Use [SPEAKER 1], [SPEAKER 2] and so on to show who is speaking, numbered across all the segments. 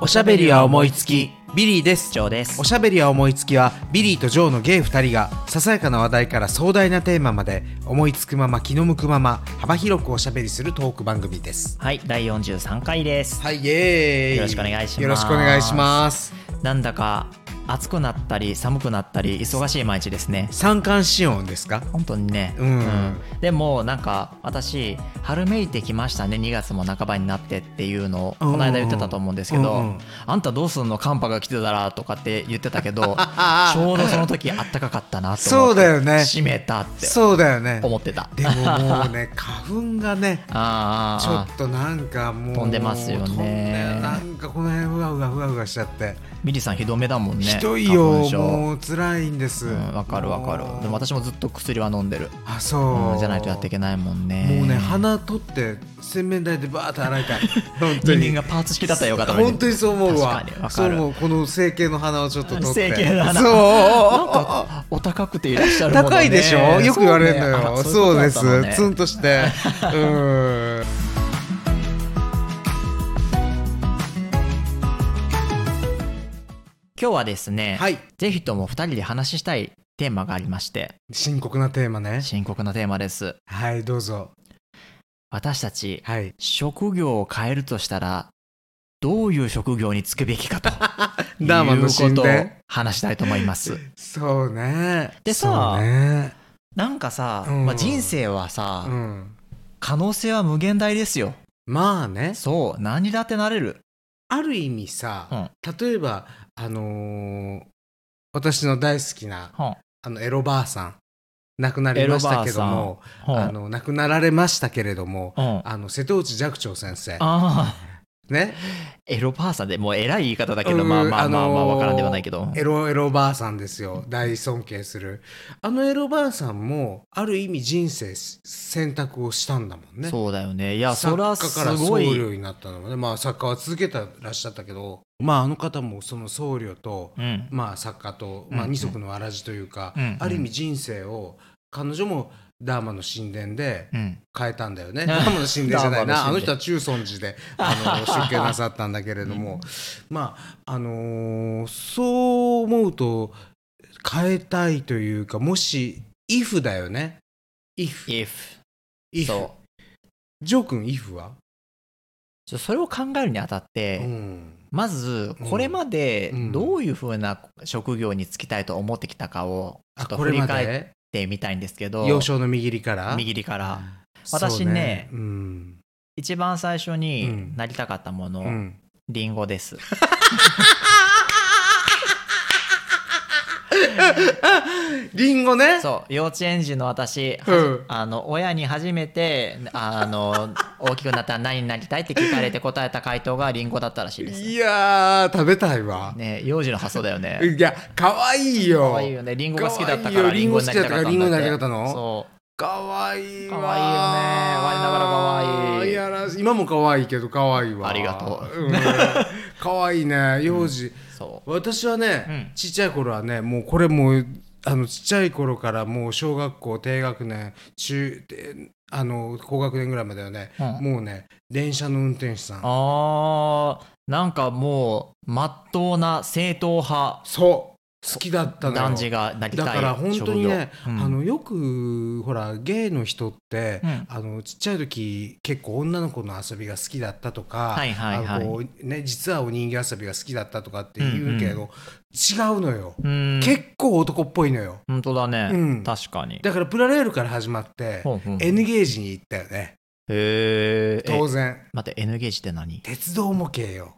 [SPEAKER 1] おしゃべりは思いつきビリーです
[SPEAKER 2] ジョーです
[SPEAKER 1] おしゃべりは思いつきはビリーとジョーのゲイ2人がささやかな話題から壮大なテーマまで思いつくまま気の向くまま幅広くおしゃべりするトーク番組です
[SPEAKER 2] はい第43回です、
[SPEAKER 1] はいイエーイ
[SPEAKER 2] よろしくお願いします
[SPEAKER 1] よろしくお願いします
[SPEAKER 2] なんだか暑くなったり寒くなったり忙しい毎日ですね
[SPEAKER 1] 三寒四温ですか
[SPEAKER 2] 本当にね、
[SPEAKER 1] うん
[SPEAKER 2] でもなんか私春めいてきましたね2月も半ばになってっていうのをこの間言ってたと思うんですけど、
[SPEAKER 1] うんうん
[SPEAKER 2] あんたどうすんの寒波が来てたらとかって言ってたけ どちょうどその時あったかかったなと思
[SPEAKER 1] そう
[SPEAKER 2] って
[SPEAKER 1] だよね
[SPEAKER 2] 閉めたって
[SPEAKER 1] そうだよね
[SPEAKER 2] 思ってた
[SPEAKER 1] でももうね 花粉がね
[SPEAKER 2] あ
[SPEAKER 1] ちょ
[SPEAKER 2] あ
[SPEAKER 1] っとなんかもう
[SPEAKER 2] 飛んでますよね
[SPEAKER 1] 飛んでなんかこの辺ふわふわふわふわしちゃって
[SPEAKER 2] ミリさんひどめだもんね
[SPEAKER 1] ひどいよ
[SPEAKER 2] 花粉症
[SPEAKER 1] もう辛いんです
[SPEAKER 2] うんわかるわかるでも私もずっと薬は飲んでる、
[SPEAKER 1] あそう、
[SPEAKER 2] うんじゃないとやっていけないもんね
[SPEAKER 1] もうね鼻取って洗面台でバーって洗い たい本当に
[SPEAKER 2] 人間がパーツ式だったらよかったの
[SPEAKER 1] 本当にそう思うわ
[SPEAKER 2] 確かにわ
[SPEAKER 1] そう
[SPEAKER 2] かる
[SPEAKER 1] 思うこの整形の鼻をちょっと取って
[SPEAKER 2] 整形の鼻
[SPEAKER 1] そう
[SPEAKER 2] なんかお高くていらっしゃるもの、ね、
[SPEAKER 1] 高いでしょよく言われるのよそ
[SPEAKER 2] そ
[SPEAKER 1] う,、
[SPEAKER 2] うねあ
[SPEAKER 1] です
[SPEAKER 2] そういうことだったのね
[SPEAKER 1] ツンとして うん
[SPEAKER 2] 今日はですね、
[SPEAKER 1] はい
[SPEAKER 2] ぜひとも2人で話したいテーマがありまして
[SPEAKER 1] 深刻なテーマね
[SPEAKER 2] 深刻なテーマです
[SPEAKER 1] はいどうぞ
[SPEAKER 2] 私たち
[SPEAKER 1] はい
[SPEAKER 2] 職業を変えるとしたらどういう職業に就くべきかと
[SPEAKER 1] ダーマンの
[SPEAKER 2] いう
[SPEAKER 1] 神
[SPEAKER 2] ことを
[SPEAKER 1] 殿
[SPEAKER 2] 話したいと思います
[SPEAKER 1] そうね
[SPEAKER 2] でさ
[SPEAKER 1] そうね
[SPEAKER 2] なんかさ、
[SPEAKER 1] うん
[SPEAKER 2] まあ、人生はさ、
[SPEAKER 1] うん
[SPEAKER 2] 可能性は無限大ですよ
[SPEAKER 1] まあね
[SPEAKER 2] そう何だってなれる
[SPEAKER 1] ある意味さ、例えばあのー私の大好きな
[SPEAKER 2] は
[SPEAKER 1] あのエロばあさん亡くなりましたけども
[SPEAKER 2] あはあ
[SPEAKER 1] あの亡くなられましたけれども
[SPEAKER 2] うん
[SPEAKER 1] あの瀬戸内寂聴先生
[SPEAKER 2] あ
[SPEAKER 1] ね
[SPEAKER 2] あエロパーさんでもう偉い言い方だけど
[SPEAKER 1] うん
[SPEAKER 2] まあまあまあまあ
[SPEAKER 1] のー
[SPEAKER 2] わからんではないけど
[SPEAKER 1] エロエロばあさんですよ大尊敬するあのエロばあさんもある意味人生し選択をしたんだもんね
[SPEAKER 2] そうだよねいやそ
[SPEAKER 1] 作
[SPEAKER 2] れは
[SPEAKER 1] 家
[SPEAKER 2] す
[SPEAKER 1] から僧
[SPEAKER 2] ごい
[SPEAKER 1] 侶になったのもねまあ作家は続けてらっしゃったけどまああの方もその僧侶と、
[SPEAKER 2] うん
[SPEAKER 1] まあ、作家と、
[SPEAKER 2] うん
[SPEAKER 1] まあ、
[SPEAKER 2] うん
[SPEAKER 1] 二足のわらじというか、
[SPEAKER 2] うんうん
[SPEAKER 1] ある意味人生を彼女もダーマの神殿で
[SPEAKER 2] うん
[SPEAKER 1] 変えたんだよね、ダーマの神殿じゃない
[SPEAKER 2] ダー
[SPEAKER 1] なあ
[SPEAKER 2] マの
[SPEAKER 1] の
[SPEAKER 2] 神殿
[SPEAKER 1] 人は中尊寺であ の出家なさったんだけれども、まああのーそう思うと変えたいというかもし「if」だよね「if」
[SPEAKER 2] if
[SPEAKER 1] 「if
[SPEAKER 2] そ」
[SPEAKER 1] ジョー君「if は」
[SPEAKER 2] うそれを考えるにあたって、
[SPEAKER 1] うん
[SPEAKER 2] まずこれまで
[SPEAKER 1] うん
[SPEAKER 2] どういうふうな職業に就きたいと思ってきたかをちょ
[SPEAKER 1] あ
[SPEAKER 2] っと
[SPEAKER 1] こ
[SPEAKER 2] 振
[SPEAKER 1] れ
[SPEAKER 2] り
[SPEAKER 1] ま
[SPEAKER 2] 返っ
[SPEAKER 1] で
[SPEAKER 2] てみたいんですけど
[SPEAKER 1] 幼少の右利から
[SPEAKER 2] 右利きから
[SPEAKER 1] そう
[SPEAKER 2] 私ね
[SPEAKER 1] うん
[SPEAKER 2] 一番最初
[SPEAKER 1] う
[SPEAKER 2] に
[SPEAKER 1] ん
[SPEAKER 2] なりたかったもの、
[SPEAKER 1] うん
[SPEAKER 2] リンゴです。
[SPEAKER 1] リンゴね
[SPEAKER 2] そう幼稚園児の私、は
[SPEAKER 1] うん
[SPEAKER 2] あの親に初めてあの 大きくなったら何になりたいって聞かれて答えた回答がリンゴだったらしいです。
[SPEAKER 1] いやー食べたいわ、
[SPEAKER 2] ね幼児の発想だよね。
[SPEAKER 1] いや可愛 いよ
[SPEAKER 2] 可愛いよねリンゴが好きだっ
[SPEAKER 1] 可
[SPEAKER 2] たか
[SPEAKER 1] 愛い
[SPEAKER 2] ら
[SPEAKER 1] よリンゴ好きだったから
[SPEAKER 2] リンゴになりたかったん
[SPEAKER 1] リンゴになりたかったの
[SPEAKER 2] だそ
[SPEAKER 1] 可愛いわ
[SPEAKER 2] 可愛いよね我ながら可愛い
[SPEAKER 1] やらし今も可愛いけど可愛いわ
[SPEAKER 2] ありがと
[SPEAKER 1] う、ん、 可愛いね幼児、
[SPEAKER 2] うそう
[SPEAKER 1] 私はね、
[SPEAKER 2] うん
[SPEAKER 1] ちっちゃい頃はねもうこれもうあのちっちゃい頃からもう小学校低学年中であの高学年ぐらいまではね、
[SPEAKER 2] うん
[SPEAKER 1] もうね電車の運転手さん
[SPEAKER 2] あーなんかもうまっとうな正統派
[SPEAKER 1] そう好きだったのよ
[SPEAKER 2] 男児がなりた
[SPEAKER 1] だ
[SPEAKER 2] い職業
[SPEAKER 1] から本当にね、
[SPEAKER 2] うん
[SPEAKER 1] あのよくほらゲイの人って、
[SPEAKER 2] うん
[SPEAKER 1] あのちっちゃい時結構女の子の遊びが好きだったとか、
[SPEAKER 2] はいはいはい
[SPEAKER 1] あのこうね、実はお人形遊びが好きだったとかって言うけど、違うのよ、
[SPEAKER 2] うん
[SPEAKER 1] 結構男っぽいのよ
[SPEAKER 2] 本当だね、
[SPEAKER 1] うん
[SPEAKER 2] 確かに
[SPEAKER 1] だからプラレールから始まって、
[SPEAKER 2] ほうほう
[SPEAKER 1] N ゲージに行ったよね
[SPEAKER 2] へーえ
[SPEAKER 1] 当然
[SPEAKER 2] 待って N ゲージって何
[SPEAKER 1] 鉄道模型よ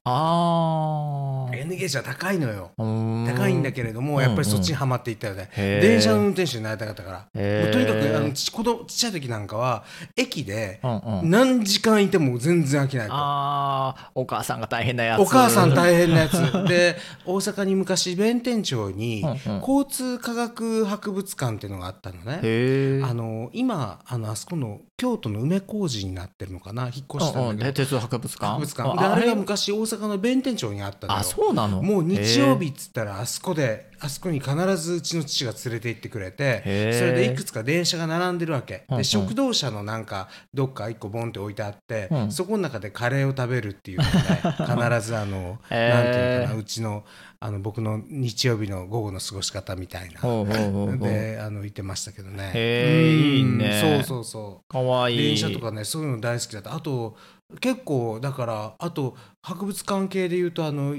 [SPEAKER 2] あー
[SPEAKER 1] N ゲージは高いのよ
[SPEAKER 2] 高
[SPEAKER 1] 高いんだけれども、
[SPEAKER 2] うん
[SPEAKER 1] やっぱりそっちにはまっていったよね、
[SPEAKER 2] へー
[SPEAKER 1] 電車の運転手になりたかったから、
[SPEAKER 2] へー
[SPEAKER 1] もうとにかくあのち子供ちっちゃい時なんかは駅で
[SPEAKER 2] うんうん、
[SPEAKER 1] 何時間いても全然飽きないと。
[SPEAKER 2] あーお母さんが大変なやつ
[SPEAKER 1] お母さん大変なやつで大阪に昔弁天町に
[SPEAKER 2] うんうん
[SPEAKER 1] 交通科学博物館っていうのがあったのね、
[SPEAKER 2] へえ
[SPEAKER 1] あの今あのあそこの京都の梅小になってるのかな引っ越した
[SPEAKER 2] うん
[SPEAKER 1] んだ
[SPEAKER 2] で
[SPEAKER 1] けど
[SPEAKER 2] 鉄道博物館
[SPEAKER 1] 博物館で
[SPEAKER 2] あ
[SPEAKER 1] あ
[SPEAKER 2] あ
[SPEAKER 1] れ
[SPEAKER 2] れ
[SPEAKER 1] が昔大阪の弁天町にあったのよ
[SPEAKER 2] あそうなの
[SPEAKER 1] もう日曜日っつったらあそこであそこに必ずうちの父が連れて行ってくれてそ
[SPEAKER 2] へ
[SPEAKER 1] れ
[SPEAKER 2] ー
[SPEAKER 1] でいくつか電車が並んでるわけ
[SPEAKER 2] うんう
[SPEAKER 1] で
[SPEAKER 2] ん
[SPEAKER 1] 食堂車のなんかどっか一個ボンって置いてあって
[SPEAKER 2] うん
[SPEAKER 1] そこの中でカレーを食べるっていうの で必ずあの
[SPEAKER 2] へー
[SPEAKER 1] なんていうのかなうちのあの僕の日曜日の午後の過ごし方みたいな
[SPEAKER 2] ほうほうほうほう
[SPEAKER 1] であの行ってましたけどね
[SPEAKER 2] へー
[SPEAKER 1] うん
[SPEAKER 2] いいね
[SPEAKER 1] そうそうそう
[SPEAKER 2] かわいい
[SPEAKER 1] 電車とかねそういうの大好きだったあと結構だからあと博物館系でいうとあの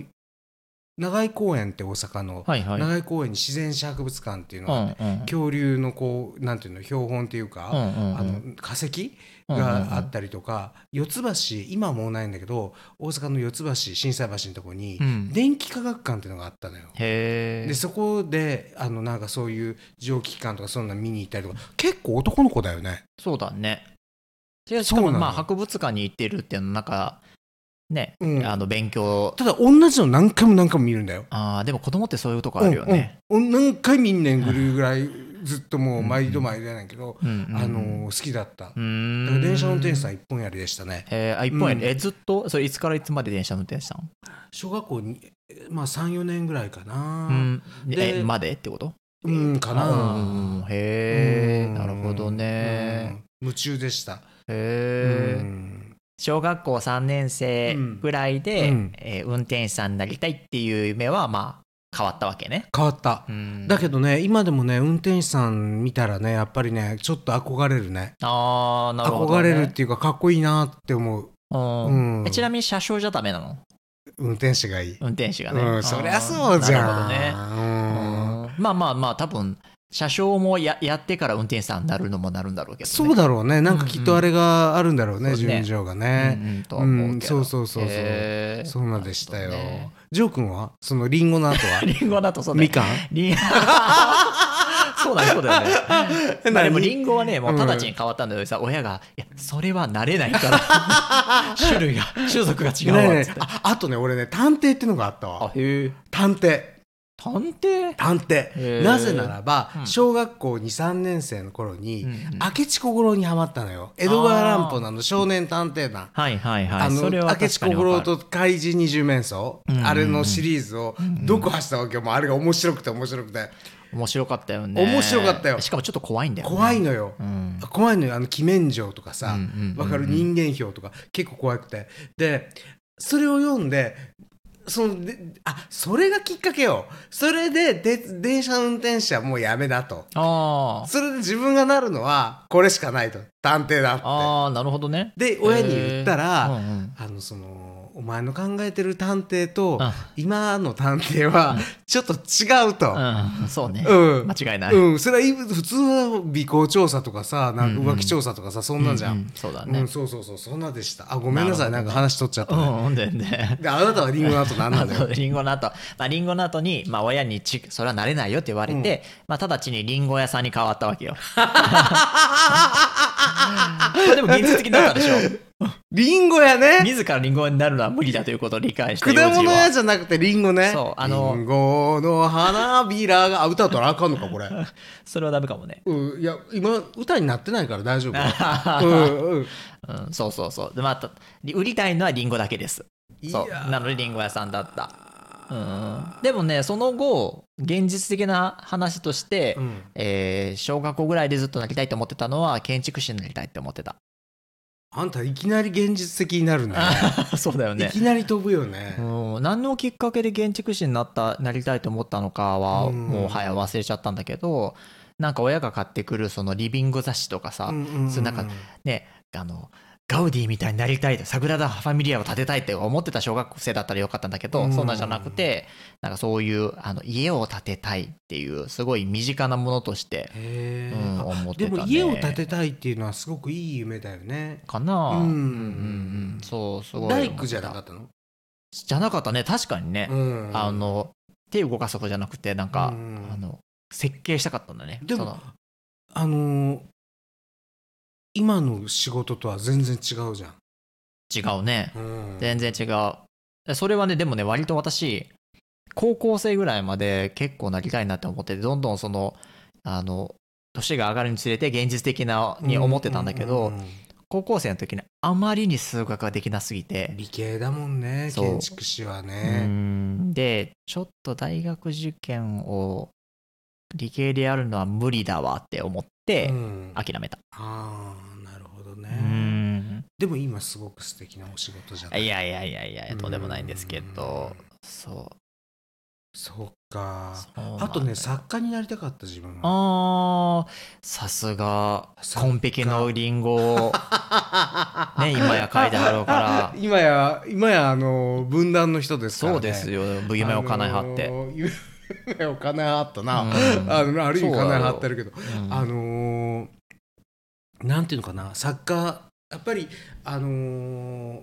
[SPEAKER 1] 長井公園って大阪の、
[SPEAKER 2] はいはい
[SPEAKER 1] 長井公園に自然史博物館っていうの
[SPEAKER 2] う
[SPEAKER 1] は、
[SPEAKER 2] んうん
[SPEAKER 1] 恐竜のこうなんていうの標本っていう
[SPEAKER 2] う
[SPEAKER 1] か、
[SPEAKER 2] んうんうん
[SPEAKER 1] あの化石
[SPEAKER 2] うんうんうん
[SPEAKER 1] があったりとか、四ツ橋今はもうないんだけど大阪の四ツ橋心斎橋のとこに、
[SPEAKER 2] うん
[SPEAKER 1] 電気科学館っていうのがあったのよ。
[SPEAKER 2] へえ
[SPEAKER 1] でそこであのなんかそういう蒸気機関とかそんなの見に行ったりとか結構男の子だよね。
[SPEAKER 2] そうだね。でし
[SPEAKER 1] そう
[SPEAKER 2] か
[SPEAKER 1] なの
[SPEAKER 2] もまあ博物館に行ってるっていうのなんかね、
[SPEAKER 1] うん
[SPEAKER 2] あの勉強
[SPEAKER 1] ただ同じの何回も何回も見るんだよ。
[SPEAKER 2] あーでも子供ってそういうとこあるよね。
[SPEAKER 1] うんうん、何回見んねんぐるぐらいずっともう毎度毎度やねんけど、
[SPEAKER 2] うんうんうん
[SPEAKER 1] あのー好きだった。
[SPEAKER 2] う
[SPEAKER 1] だ
[SPEAKER 2] ーん
[SPEAKER 1] から電車運転手さん一本やりでしたね。
[SPEAKER 2] えー、あ一本やね、
[SPEAKER 1] うん
[SPEAKER 2] えずっとそれいつからいつまで電車運転したの
[SPEAKER 1] 小学校に、まあ3、4年ぐらいかな。
[SPEAKER 2] う。ん
[SPEAKER 1] で
[SPEAKER 2] えまでってこと
[SPEAKER 1] うんかな。
[SPEAKER 2] うんへえ
[SPEAKER 1] うん
[SPEAKER 2] なるほどね、
[SPEAKER 1] うん夢中でした。
[SPEAKER 2] へえ、
[SPEAKER 1] うん
[SPEAKER 2] 小学校3年生ぐらいで、
[SPEAKER 1] うん
[SPEAKER 2] えー運転手さんになりたいっていう夢はまあ変わったわけね、
[SPEAKER 1] 変わった。
[SPEAKER 2] うん、
[SPEAKER 1] だけどね、今でもね、運転手さん見たらね、やっぱりね、ちょっと憧れるね。
[SPEAKER 2] ああなるほ
[SPEAKER 1] 憧
[SPEAKER 2] ど、ね、
[SPEAKER 1] れるっていうか、かっこいいなって思う。
[SPEAKER 2] うん
[SPEAKER 1] うん
[SPEAKER 2] えちなみに車掌じゃダメなの
[SPEAKER 1] 運転手がいい。
[SPEAKER 2] 運転手がね、
[SPEAKER 1] う
[SPEAKER 2] あー
[SPEAKER 1] ん、そりゃそうじゃん。
[SPEAKER 2] なるほどね、
[SPEAKER 1] うん
[SPEAKER 2] うんまあまあまあ多分車掌もややってから運転手さんになるのもなるんだろうけど、ね、
[SPEAKER 1] そうだろうね。なんかきっとあれがあるんだろうね、
[SPEAKER 2] そうね
[SPEAKER 1] 順序が
[SPEAKER 2] う
[SPEAKER 1] ね。
[SPEAKER 2] んうんとは思うけど、
[SPEAKER 1] うんそうそうそうそう
[SPEAKER 2] へー
[SPEAKER 1] そんなでしたよ
[SPEAKER 2] なるほどね。
[SPEAKER 1] ジョー君はそのリンゴの後は
[SPEAKER 2] リンゴだ とそうだよ
[SPEAKER 1] みかん
[SPEAKER 2] リン そうだよそうだよね。まあで も
[SPEAKER 1] 何
[SPEAKER 2] リンゴはねもう直ちに変わったんだけどさ、親が「いやそれはなれないから種類が種族が違うわ」っ
[SPEAKER 1] ね
[SPEAKER 2] つっ
[SPEAKER 1] え
[SPEAKER 2] て。
[SPEAKER 1] ああとね、俺ね、探偵ってのがあった
[SPEAKER 2] あ
[SPEAKER 1] わ。
[SPEAKER 2] へえ
[SPEAKER 1] 探偵。
[SPEAKER 2] 探偵
[SPEAKER 1] 探
[SPEAKER 2] へ
[SPEAKER 1] 偵。
[SPEAKER 2] え
[SPEAKER 1] なぜならば
[SPEAKER 2] う、ん
[SPEAKER 1] 小学校2、3年生の頃に、
[SPEAKER 2] うんうん
[SPEAKER 1] 明智小五郎にハマったのよ。江戸川乱歩のあの少年探偵団。
[SPEAKER 2] はいはいはい。
[SPEAKER 1] あの
[SPEAKER 2] それは
[SPEAKER 1] 明智
[SPEAKER 2] 確か
[SPEAKER 1] 小
[SPEAKER 2] に
[SPEAKER 1] 五郎
[SPEAKER 2] わかる
[SPEAKER 1] と怪人二十面相、
[SPEAKER 2] うんうんうん
[SPEAKER 1] あれのシリーズをどこ走ったわけよ、もうあれが面白くて面白くて
[SPEAKER 2] 面白かったよね
[SPEAKER 1] 面白かったよ
[SPEAKER 2] しかもちょっと怖いんだよ、ね、
[SPEAKER 1] 怖いのよ、
[SPEAKER 2] うん
[SPEAKER 1] 怖いのよあの鬼面城とかさわ、
[SPEAKER 2] うんうんうんうん
[SPEAKER 1] かる人間票とか結構怖くてでそれを読んでそのであそれがきっかけよそれでで電車運転手はもうやめだと
[SPEAKER 2] あー
[SPEAKER 1] それで自分がなるのはこれしかないと探偵だっ
[SPEAKER 2] あーなるほどね
[SPEAKER 1] てで親に言ったら、
[SPEAKER 2] へーうんうん
[SPEAKER 1] あのそのお前の考えてる探偵と
[SPEAKER 2] あ
[SPEAKER 1] 今の探偵はちょっと違うと。
[SPEAKER 2] うんそうね、
[SPEAKER 1] うん
[SPEAKER 2] 間違いない、
[SPEAKER 1] うん、それはい普通は尾行調査とかさなんか浮気調査とかさ、そんなんじゃ、
[SPEAKER 2] うんんそうだ
[SPEAKER 1] うん
[SPEAKER 2] ね
[SPEAKER 1] そうそうそうそんなでしたあごめんなさいな
[SPEAKER 2] なるほど
[SPEAKER 1] んか話取っちゃった
[SPEAKER 2] う
[SPEAKER 1] ね、
[SPEAKER 2] んうんでね
[SPEAKER 1] であなたはリンゴの後何
[SPEAKER 2] あ
[SPEAKER 1] なんだ
[SPEAKER 2] と
[SPEAKER 1] よ
[SPEAKER 2] リンゴの後、まあ、リンゴの後に、まあ、親にちそれはなれないよって言われて、まあ、直ちにリンゴ屋さんに変わったわけよこれでも現実的だったでしょ
[SPEAKER 1] リンゴやね
[SPEAKER 2] 自らリンゴ屋になるのは無理だということを理解して
[SPEAKER 1] 果物屋じゃなくてリンゴね
[SPEAKER 2] そうあの
[SPEAKER 1] リンゴの花びらがあ歌ったらあかんのかこれ、
[SPEAKER 2] それはダメかもね
[SPEAKER 1] うん、いや今歌になってないから大丈夫うんうん
[SPEAKER 2] うん、そうそうそう。で、また、り売りたいのはリンゴだけです。
[SPEAKER 1] いや
[SPEAKER 2] そう。なので、リンゴ屋さんだった。うん、でもね、その後、現実的な話として、
[SPEAKER 1] うん
[SPEAKER 2] えー小学校ぐらいでずっとなりたいと思ってたのは、建築士になりたいって思って た。
[SPEAKER 1] あんたいきなり現実的になるね。
[SPEAKER 2] そうだよ
[SPEAKER 1] い
[SPEAKER 2] ね。
[SPEAKER 1] きなり飛ぶよね。
[SPEAKER 2] うん、何のきっかけで建築士になったなりたいと思ったのかは
[SPEAKER 1] うん
[SPEAKER 2] もうはや忘れちゃったんだけどなんか親が買ってくるそのリビング雑誌とかさ、
[SPEAKER 1] うんうんうん
[SPEAKER 2] そうなんかねあのガウディみたいになりたいとサグラダ・ファミリアを建てたいって思ってた小学生だったらよかったんだけど、
[SPEAKER 1] うん
[SPEAKER 2] そんなんじゃなくてなんかそういうあの家を建てたいっていうすごい身近なものとして、
[SPEAKER 1] へ
[SPEAKER 2] う
[SPEAKER 1] ー
[SPEAKER 2] ん思って
[SPEAKER 1] で
[SPEAKER 2] た、ね、
[SPEAKER 1] も家を建てたいっていうのはすごくいい夢だよね。
[SPEAKER 2] かな
[SPEAKER 1] うん
[SPEAKER 2] うんうんそうすごい
[SPEAKER 1] 大工じゃなか
[SPEAKER 2] っ
[SPEAKER 1] ったの、
[SPEAKER 2] たじゃなかったね確かにね、
[SPEAKER 1] うん
[SPEAKER 2] あの手動かすとこじゃなくてなんか、
[SPEAKER 1] うん
[SPEAKER 2] あの設計したかったんだね
[SPEAKER 1] でも
[SPEAKER 2] その
[SPEAKER 1] あのー今の仕事とは全然違うじゃん。
[SPEAKER 2] 違うね
[SPEAKER 1] うん
[SPEAKER 2] 全然違うそれはねでもね割と私高校生ぐらいまで結構なりたいなって思っててどんどんそのあの年が上がるにつれて現実的なに思ってたんだけ
[SPEAKER 1] う
[SPEAKER 2] ど、
[SPEAKER 1] う
[SPEAKER 2] 高校生の時にあまりに数学ができなすぎて
[SPEAKER 1] 理系だもんね
[SPEAKER 2] そう
[SPEAKER 1] 建築士は
[SPEAKER 2] う
[SPEAKER 1] ね
[SPEAKER 2] んでちょっと大学受験を理系でやるのは無理だわって思っ
[SPEAKER 1] う
[SPEAKER 2] て
[SPEAKER 1] んあ
[SPEAKER 2] 諦めた、
[SPEAKER 1] あーなるほどね、
[SPEAKER 2] うん
[SPEAKER 1] でも今すごく素敵なお仕事じゃない
[SPEAKER 2] いやいやいやいやとんでもないんですけどそう
[SPEAKER 1] そっか
[SPEAKER 2] そうなんだ
[SPEAKER 1] あとね作家になりたかった自分は
[SPEAKER 2] あーさすが
[SPEAKER 1] 作家
[SPEAKER 2] 紺碧のリンゴを ね今や書いてはろうから
[SPEAKER 1] 今や今やあの分断の人ですから、ね、
[SPEAKER 2] そうですよ夢を叶えはって、
[SPEAKER 1] あの ー夢を叶えはったな、
[SPEAKER 2] うん
[SPEAKER 1] あのある意味
[SPEAKER 2] そうだ
[SPEAKER 1] 叶
[SPEAKER 2] よ
[SPEAKER 1] えはってるけど、
[SPEAKER 2] うん
[SPEAKER 1] あのーなんていうのかな作家やっぱりあのー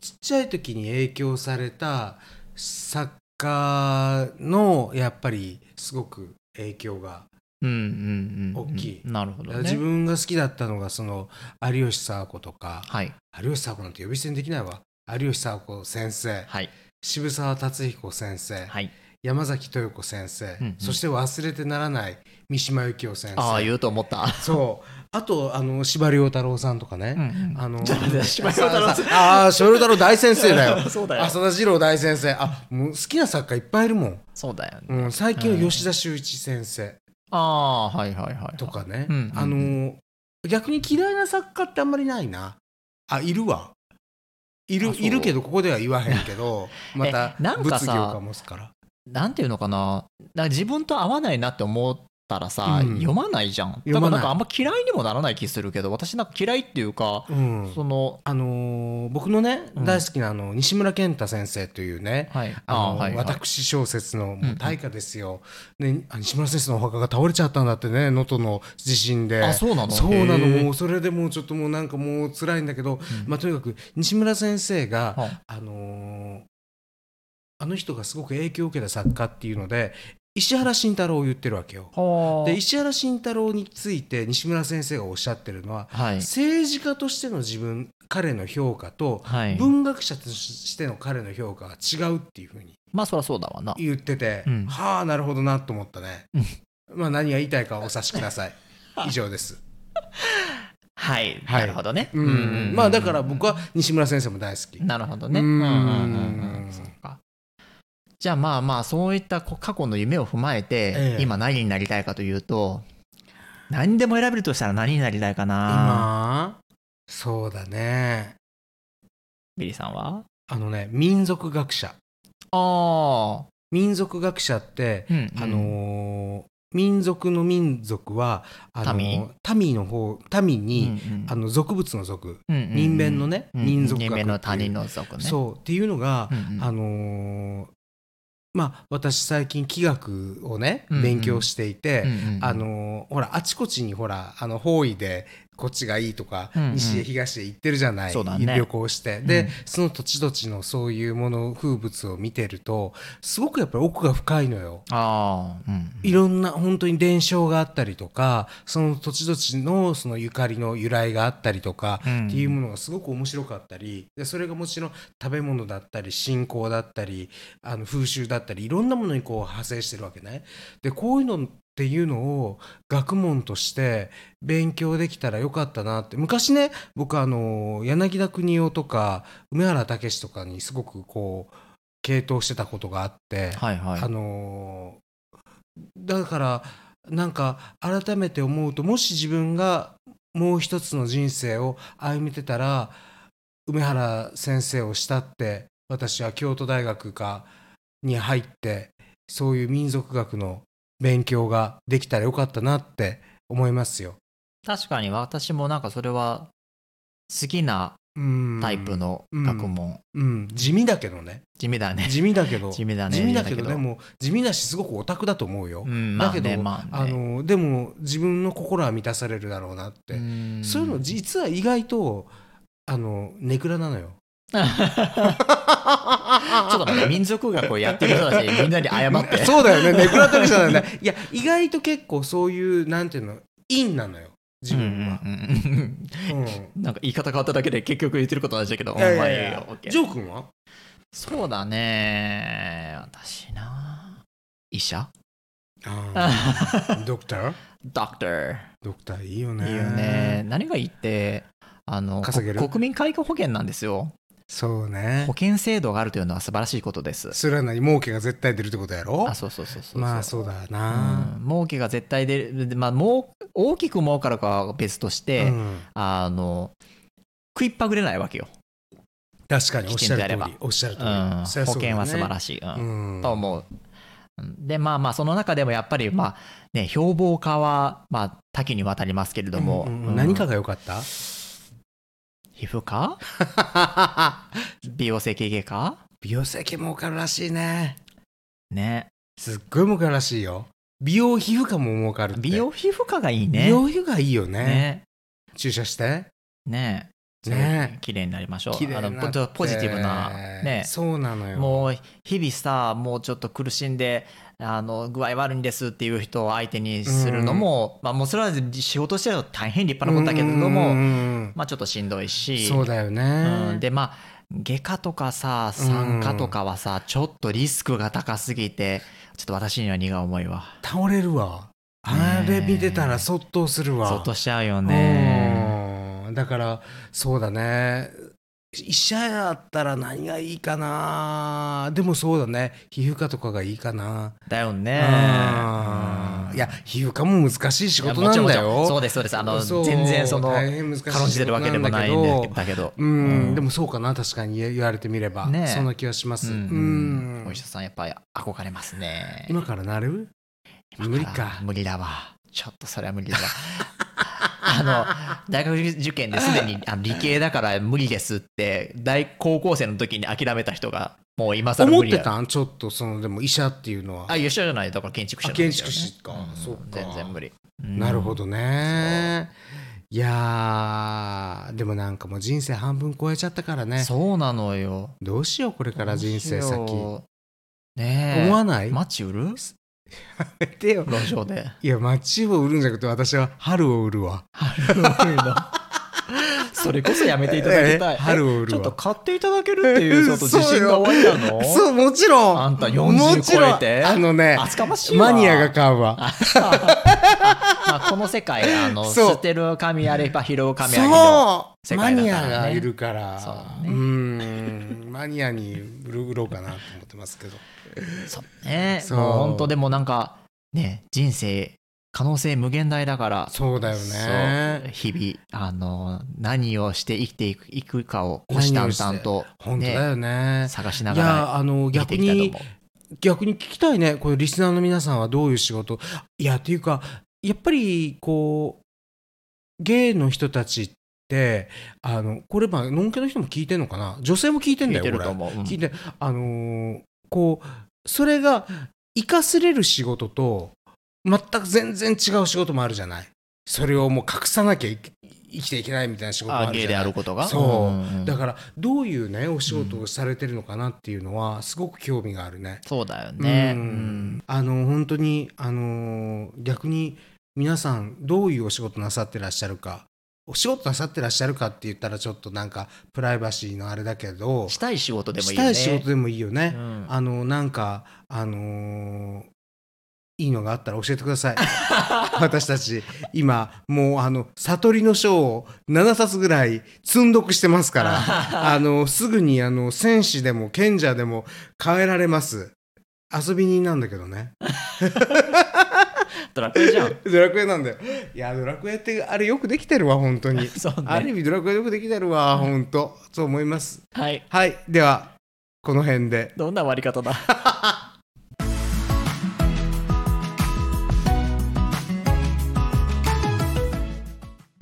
[SPEAKER 1] ちっちゃい時に影響された作家のやっぱりすごく影響が、
[SPEAKER 2] うんうんうんうん
[SPEAKER 1] 大きい
[SPEAKER 2] なるほどね
[SPEAKER 1] 自分が好きだったのがその有吉佐和子とか
[SPEAKER 2] はい
[SPEAKER 1] 有吉佐和子なんて呼び捨てにできないわ有吉佐和子先生
[SPEAKER 2] はい
[SPEAKER 1] 渋沢達彦 先生、
[SPEAKER 2] はい
[SPEAKER 1] 山崎豊子先生、
[SPEAKER 2] うんうん
[SPEAKER 1] そして忘れてならない三島由紀夫先生
[SPEAKER 2] ああ言うと 思った
[SPEAKER 1] そうあとあの司馬遼太郎さんとかね、あの
[SPEAKER 2] ちょっと 待って柴山太郎さん
[SPEAKER 1] ああ司馬遼太郎大先生だ よ
[SPEAKER 2] そうだよ
[SPEAKER 1] 浅田次郎大先生あもう好きな作家いっぱいいるもん、
[SPEAKER 2] そうだよね
[SPEAKER 1] うん、最近は吉田修一先生
[SPEAKER 2] ああはいはいはい
[SPEAKER 1] とかね、
[SPEAKER 2] うんうんうん
[SPEAKER 1] あの逆に嫌いな作家ってあんまりないなあいるわいる
[SPEAKER 2] あそう
[SPEAKER 1] いるけどここでは言わへんけ どまた
[SPEAKER 2] なんか
[SPEAKER 1] 物
[SPEAKER 2] さ
[SPEAKER 1] 議を醸すから
[SPEAKER 2] なんていうのかななんか自分と合わないなって思ったらさ、
[SPEAKER 1] うん
[SPEAKER 2] 読まないじゃんだ
[SPEAKER 1] 読
[SPEAKER 2] か
[SPEAKER 1] まない
[SPEAKER 2] らなんかあんま嫌いにもならない気するけど私なんか嫌いっていうか、
[SPEAKER 1] うん
[SPEAKER 2] その
[SPEAKER 1] あのー僕のね、
[SPEAKER 2] うん
[SPEAKER 1] 大好きなあの西村健太先生というね、
[SPEAKER 2] はい
[SPEAKER 1] あのー
[SPEAKER 2] はいはい
[SPEAKER 1] 私小説の
[SPEAKER 2] んう
[SPEAKER 1] も
[SPEAKER 2] ん
[SPEAKER 1] う大家ですよ、ね、あ西村先生のお墓が倒れちゃったんだってね能登の地震で
[SPEAKER 2] あそうなの
[SPEAKER 1] そうなの
[SPEAKER 2] へえ
[SPEAKER 1] もうそれでもうちょっともうなんかもう辛いんだけど、まあ、とにかく西村先生が、
[SPEAKER 2] はい
[SPEAKER 1] あのーあの人がすごく影響を受けた作家っていうので石原慎太郎を言ってるわけよ。
[SPEAKER 2] はあ
[SPEAKER 1] で石原慎太郎について西村先生がおっしゃってるのは
[SPEAKER 2] はい
[SPEAKER 1] 政治家としての自分彼の評価と
[SPEAKER 2] はい
[SPEAKER 1] 文学者としての彼の評価が違うっていうふうに
[SPEAKER 2] まあそりゃそうだわな
[SPEAKER 1] 言ってて、
[SPEAKER 2] うん
[SPEAKER 1] はあなるほどなと思ったね、まあ何が言いたいかお察しくださ い以上です、
[SPEAKER 2] はい、
[SPEAKER 1] はい
[SPEAKER 2] なるほどね、
[SPEAKER 1] うんまあだから僕は西村先生も大好き、
[SPEAKER 2] なるほどね
[SPEAKER 1] うん
[SPEAKER 2] うんそっかじゃあまあまあそういったこう過去の夢を踏まえて、
[SPEAKER 1] ええ
[SPEAKER 2] 今何になりたいかというと何でも選べるとしたら何になりたいかな
[SPEAKER 1] 今そうだね
[SPEAKER 2] ビリーさんは
[SPEAKER 1] あのね民族学者
[SPEAKER 2] ああ、
[SPEAKER 1] 民族学者って、
[SPEAKER 2] うんうん
[SPEAKER 1] あのー民族の民族はあのー民の方民に、あの俗物の俗、人弁のね民族学
[SPEAKER 2] 人弁の他人の族ね
[SPEAKER 1] そうっていうのが、
[SPEAKER 2] うんうん
[SPEAKER 1] あのーまあ私最近器楽をね
[SPEAKER 2] うんうん
[SPEAKER 1] 勉強していて、
[SPEAKER 2] うんうん
[SPEAKER 1] あのーほらあちこちにほらあの方位でこっちがいいとか、
[SPEAKER 2] うんうん
[SPEAKER 1] 西へ東へ行ってるじゃない、
[SPEAKER 2] そうだね
[SPEAKER 1] 旅行してで、
[SPEAKER 2] うん
[SPEAKER 1] その土地土地のそういうもの風物を見てるとすごくやっぱり奥が深いのよ。
[SPEAKER 2] ああ、うん
[SPEAKER 1] いろんな本当に伝承があったりとかその土地土地のそのゆかりの由来があったりとか、
[SPEAKER 2] うん
[SPEAKER 1] っていうものがすごく面白かったりでそれがもちろん食べ物だったり信仰だったりあの風習だったりいろんなものにこう派生してるわけね。でこういうのっていうのを学問として勉強できたらよかったなって昔ね僕あの柳田邦夫とか梅原武とかにすごくこう傾倒してたことがあって。
[SPEAKER 2] はいはい
[SPEAKER 1] あのーだからなんか改めて思うともし自分がもう一つの人生を歩めてたら梅原先生を慕って私は京都大学かに入ってそういう民族学の勉強ができたらよかったなって思いますよ。
[SPEAKER 2] 確かに私もなんかそれは好きな
[SPEAKER 1] うん
[SPEAKER 2] タイプ、の学問、
[SPEAKER 1] うん、地味だけどね
[SPEAKER 2] 地味だね
[SPEAKER 1] 地味だけど
[SPEAKER 2] 地味だね
[SPEAKER 1] 地味だけ
[SPEAKER 2] 地味だけど
[SPEAKER 1] どでも地味だしすごくオタクだと思うよ。
[SPEAKER 2] うんま
[SPEAKER 1] だ
[SPEAKER 2] あ
[SPEAKER 1] けど、
[SPEAKER 2] ねまあ
[SPEAKER 1] あ
[SPEAKER 2] ね
[SPEAKER 1] のでも自分の心は満たされるだろうなって、
[SPEAKER 2] うん
[SPEAKER 1] そういうの実は意外とあのネクラなのよ。
[SPEAKER 2] ちょっと待って民族学をやってる人たち みんなに謝って
[SPEAKER 1] そうだよねネクラとりじゃないね。いや意外と結構そういうなんていうのインなのよ自分は。
[SPEAKER 2] うんうんうん
[SPEAKER 1] うん
[SPEAKER 2] うんなんか言い方変わっただけで結局言ってること同じだけど、
[SPEAKER 1] いやいやい
[SPEAKER 2] まあいい
[SPEAKER 1] や
[SPEAKER 2] よ OK
[SPEAKER 1] ジョー君は
[SPEAKER 2] そうだね私な医者
[SPEAKER 1] あードクター
[SPEAKER 2] ドクター
[SPEAKER 1] ドクターいいよね。
[SPEAKER 2] いいよね何がいいってあの
[SPEAKER 1] 稼げる
[SPEAKER 2] こ国民皆保険なんですよ
[SPEAKER 1] そうね
[SPEAKER 2] 保険制度があるというのは素晴らしいことです
[SPEAKER 1] それは何儲けが絶対出るってことやろ
[SPEAKER 2] あそうそうそうそう
[SPEAKER 1] まあそうだな、
[SPEAKER 2] うん、儲けが絶対出る、でまあ、もう大きく儲かるかは別として、
[SPEAKER 1] うん
[SPEAKER 2] あの食いっぱぐれないわけよ、
[SPEAKER 1] 確かにおっしゃる
[SPEAKER 2] きちんとやれ
[SPEAKER 1] 通
[SPEAKER 2] ば
[SPEAKER 1] りおっしゃる
[SPEAKER 2] うん
[SPEAKER 1] 通り、
[SPEAKER 2] 保
[SPEAKER 1] そりゃそうだよ
[SPEAKER 2] 険
[SPEAKER 1] ね
[SPEAKER 2] は素晴らしい、うん
[SPEAKER 1] うん
[SPEAKER 2] と思ううんでまあまあその中でもやっぱりまあね標榜家はまあ多岐にわたりますけれども、
[SPEAKER 1] うんうん
[SPEAKER 2] うん
[SPEAKER 1] 何かが良かった
[SPEAKER 2] 皮膚 科美容整形外科
[SPEAKER 1] 美容整形儲かるらしいね
[SPEAKER 2] ね
[SPEAKER 1] すっごい儲かるらしいよ美容皮膚科も儲かるって
[SPEAKER 2] 美容皮膚科がいいね
[SPEAKER 1] 美容皮膚科いいよね
[SPEAKER 2] ね
[SPEAKER 1] 注射して
[SPEAKER 2] ね
[SPEAKER 1] ね
[SPEAKER 2] 綺麗になりましょう
[SPEAKER 1] 綺麗
[SPEAKER 2] あ
[SPEAKER 1] に
[SPEAKER 2] の
[SPEAKER 1] な
[SPEAKER 2] ポ
[SPEAKER 1] っ
[SPEAKER 2] ジ
[SPEAKER 1] て
[SPEAKER 2] ポジティブなね
[SPEAKER 1] そうなのよ
[SPEAKER 2] もう日々さもうちょっと苦しんであの具合悪いんですっていう人を相手にするのも、まあもうそれは仕事しては大変立派なことだけれど
[SPEAKER 1] うん
[SPEAKER 2] も、
[SPEAKER 1] うんうん
[SPEAKER 2] まあちょっとしんどいし
[SPEAKER 1] そうだよ
[SPEAKER 2] う
[SPEAKER 1] ね
[SPEAKER 2] ん、でまあ外科とかさ産科とかはさ、ちょっとリスクが高すぎてちょっと私には荷が重いわ
[SPEAKER 1] 倒れるわあ
[SPEAKER 2] ね
[SPEAKER 1] れ
[SPEAKER 2] え
[SPEAKER 1] 見てたらそっとするわ
[SPEAKER 2] そっとしちゃうよね
[SPEAKER 1] うんだからそうだね医者やったら何がいいかなでもそうだね皮膚科とかがいいかな、
[SPEAKER 2] だよね
[SPEAKER 1] うんいや皮膚科も難しい仕
[SPEAKER 2] いや
[SPEAKER 1] 事
[SPEAKER 2] も
[SPEAKER 1] な
[SPEAKER 2] ちろ
[SPEAKER 1] ん
[SPEAKER 2] ん
[SPEAKER 1] だ
[SPEAKER 2] もちろんそ
[SPEAKER 1] よ
[SPEAKER 2] うですそうですあの
[SPEAKER 1] そう
[SPEAKER 2] 全然その
[SPEAKER 1] 大変難しい
[SPEAKER 2] 軽んじてるわけでもない
[SPEAKER 1] 仕事なん
[SPEAKER 2] ん
[SPEAKER 1] だけ
[SPEAKER 2] だ
[SPEAKER 1] ど
[SPEAKER 2] けど
[SPEAKER 1] うん、
[SPEAKER 2] うん
[SPEAKER 1] でもそうかな確かに言え言われてみれば、
[SPEAKER 2] ねえ
[SPEAKER 1] そんな気はします、
[SPEAKER 2] うん
[SPEAKER 1] うん
[SPEAKER 2] お医者さんやっぱり憧れますね
[SPEAKER 1] 今からなる
[SPEAKER 2] 今
[SPEAKER 1] 無理か
[SPEAKER 2] 無理だわちょっとそれは無理だわ あの大学受験で すでにあの理系だから無理ですって大高校生の時に諦めた人がもう今更
[SPEAKER 1] 思っ
[SPEAKER 2] 無理
[SPEAKER 1] て
[SPEAKER 2] だ
[SPEAKER 1] たんちょっとそのでも医者っていうのは
[SPEAKER 2] あ、一緒じゃない、だから建築士なんだよね
[SPEAKER 1] あ建築士かそっか
[SPEAKER 2] 全然無理。
[SPEAKER 1] なるほ
[SPEAKER 2] ど。
[SPEAKER 1] どね。いやーでもなんかもう人生半分超えちゃったからね
[SPEAKER 2] そうなのよ。
[SPEAKER 1] どうしようこれから人生先
[SPEAKER 2] どうし
[SPEAKER 1] 思
[SPEAKER 2] よう。ねえ。
[SPEAKER 1] わない、
[SPEAKER 2] マッチ売る
[SPEAKER 1] めてよ
[SPEAKER 2] 路上で。
[SPEAKER 1] いや街を売るんじゃなくて私は春を売るわ
[SPEAKER 2] それこそやめていただきた
[SPEAKER 1] え
[SPEAKER 2] い。
[SPEAKER 1] 春
[SPEAKER 2] え
[SPEAKER 1] を売る
[SPEAKER 2] ちょ
[SPEAKER 1] わ
[SPEAKER 2] っと買っていただけるっていう、ちょっと自信が終わりなの
[SPEAKER 1] そうもちろん
[SPEAKER 2] あんた
[SPEAKER 1] も
[SPEAKER 2] 40
[SPEAKER 1] ち
[SPEAKER 2] 超
[SPEAKER 1] ろん
[SPEAKER 2] えて。
[SPEAKER 1] あのね
[SPEAKER 2] 厚かましいわ
[SPEAKER 1] マニアが買うわ
[SPEAKER 2] まあこの世界、あの、
[SPEAKER 1] そう
[SPEAKER 2] 捨てる神あれば拾う神あれば。
[SPEAKER 1] そう
[SPEAKER 2] 世
[SPEAKER 1] マ
[SPEAKER 2] 界だ
[SPEAKER 1] ニ
[SPEAKER 2] か
[SPEAKER 1] ア
[SPEAKER 2] らね
[SPEAKER 1] がいるから
[SPEAKER 2] そうだ
[SPEAKER 1] う
[SPEAKER 2] ね
[SPEAKER 1] んマニアに売ろう売ろうかなと思ってますけ ど
[SPEAKER 2] そうね。
[SPEAKER 1] そう
[SPEAKER 2] もう本当でもなんか、ね、人生、可能性無限大だから。
[SPEAKER 1] そうだよ
[SPEAKER 2] そう
[SPEAKER 1] ね
[SPEAKER 2] 日々あの何をして生きていくいくかを虎視眈々と、
[SPEAKER 1] 本当だ
[SPEAKER 2] ね、
[SPEAKER 1] よね
[SPEAKER 2] 探しないがら
[SPEAKER 1] やあの
[SPEAKER 2] 生き
[SPEAKER 1] 逆
[SPEAKER 2] ていきたいと
[SPEAKER 1] に
[SPEAKER 2] 思う
[SPEAKER 1] 逆に聞きたいねこれリスナーの皆さんはどういう仕事いやっていうかやっぱりこう芸の人たちってあのこれまあノンケの人も聞いてんのかな女性も聞いてんだ
[SPEAKER 2] 聞い
[SPEAKER 1] よ
[SPEAKER 2] てる
[SPEAKER 1] ことれ
[SPEAKER 2] 思う、うん
[SPEAKER 1] 聞いてあのーこうそれが生かされる仕事と全く全然違う仕事もあるじゃないそれをもう隠さなきゃいけ生きていけないみたいな仕事もあ
[SPEAKER 2] あ
[SPEAKER 1] るじ
[SPEAKER 2] 芸
[SPEAKER 1] ゃ
[SPEAKER 2] で
[SPEAKER 1] ない
[SPEAKER 2] あることが
[SPEAKER 1] そうん
[SPEAKER 2] ん
[SPEAKER 1] だからどういうねお仕事をされてるのかなっていうのはすごく興味があるね。
[SPEAKER 2] そうだよね、
[SPEAKER 1] う
[SPEAKER 2] うん
[SPEAKER 1] ん、あの本当にあのー逆に皆さんどういうお仕事なさってらっしゃるかお仕事なさってらっしゃるかって言ったらちょっとなんかプライバシーのあれだけど
[SPEAKER 2] したい仕事でもい
[SPEAKER 1] し
[SPEAKER 2] いよ
[SPEAKER 1] た
[SPEAKER 2] ね
[SPEAKER 1] い仕事でもいいよね。
[SPEAKER 2] うん
[SPEAKER 1] あのなんかあのーいいのがあったら教えてくだ さい私たち今もうあの悟りの書を7冊ぐらい積んどくしてますからあのすぐにあの戦士でも賢者でも変えられます遊び人なんだけどね
[SPEAKER 2] ドラクエじゃん
[SPEAKER 1] ドラクエなんだよいやドラクエってあれよくできてるわ本 当に
[SPEAKER 2] そう
[SPEAKER 1] ある
[SPEAKER 2] ね
[SPEAKER 1] 意味ドラクエよくできてるわ本当そう思います
[SPEAKER 2] はい
[SPEAKER 1] はいではこの辺で
[SPEAKER 2] どんな割り 方だ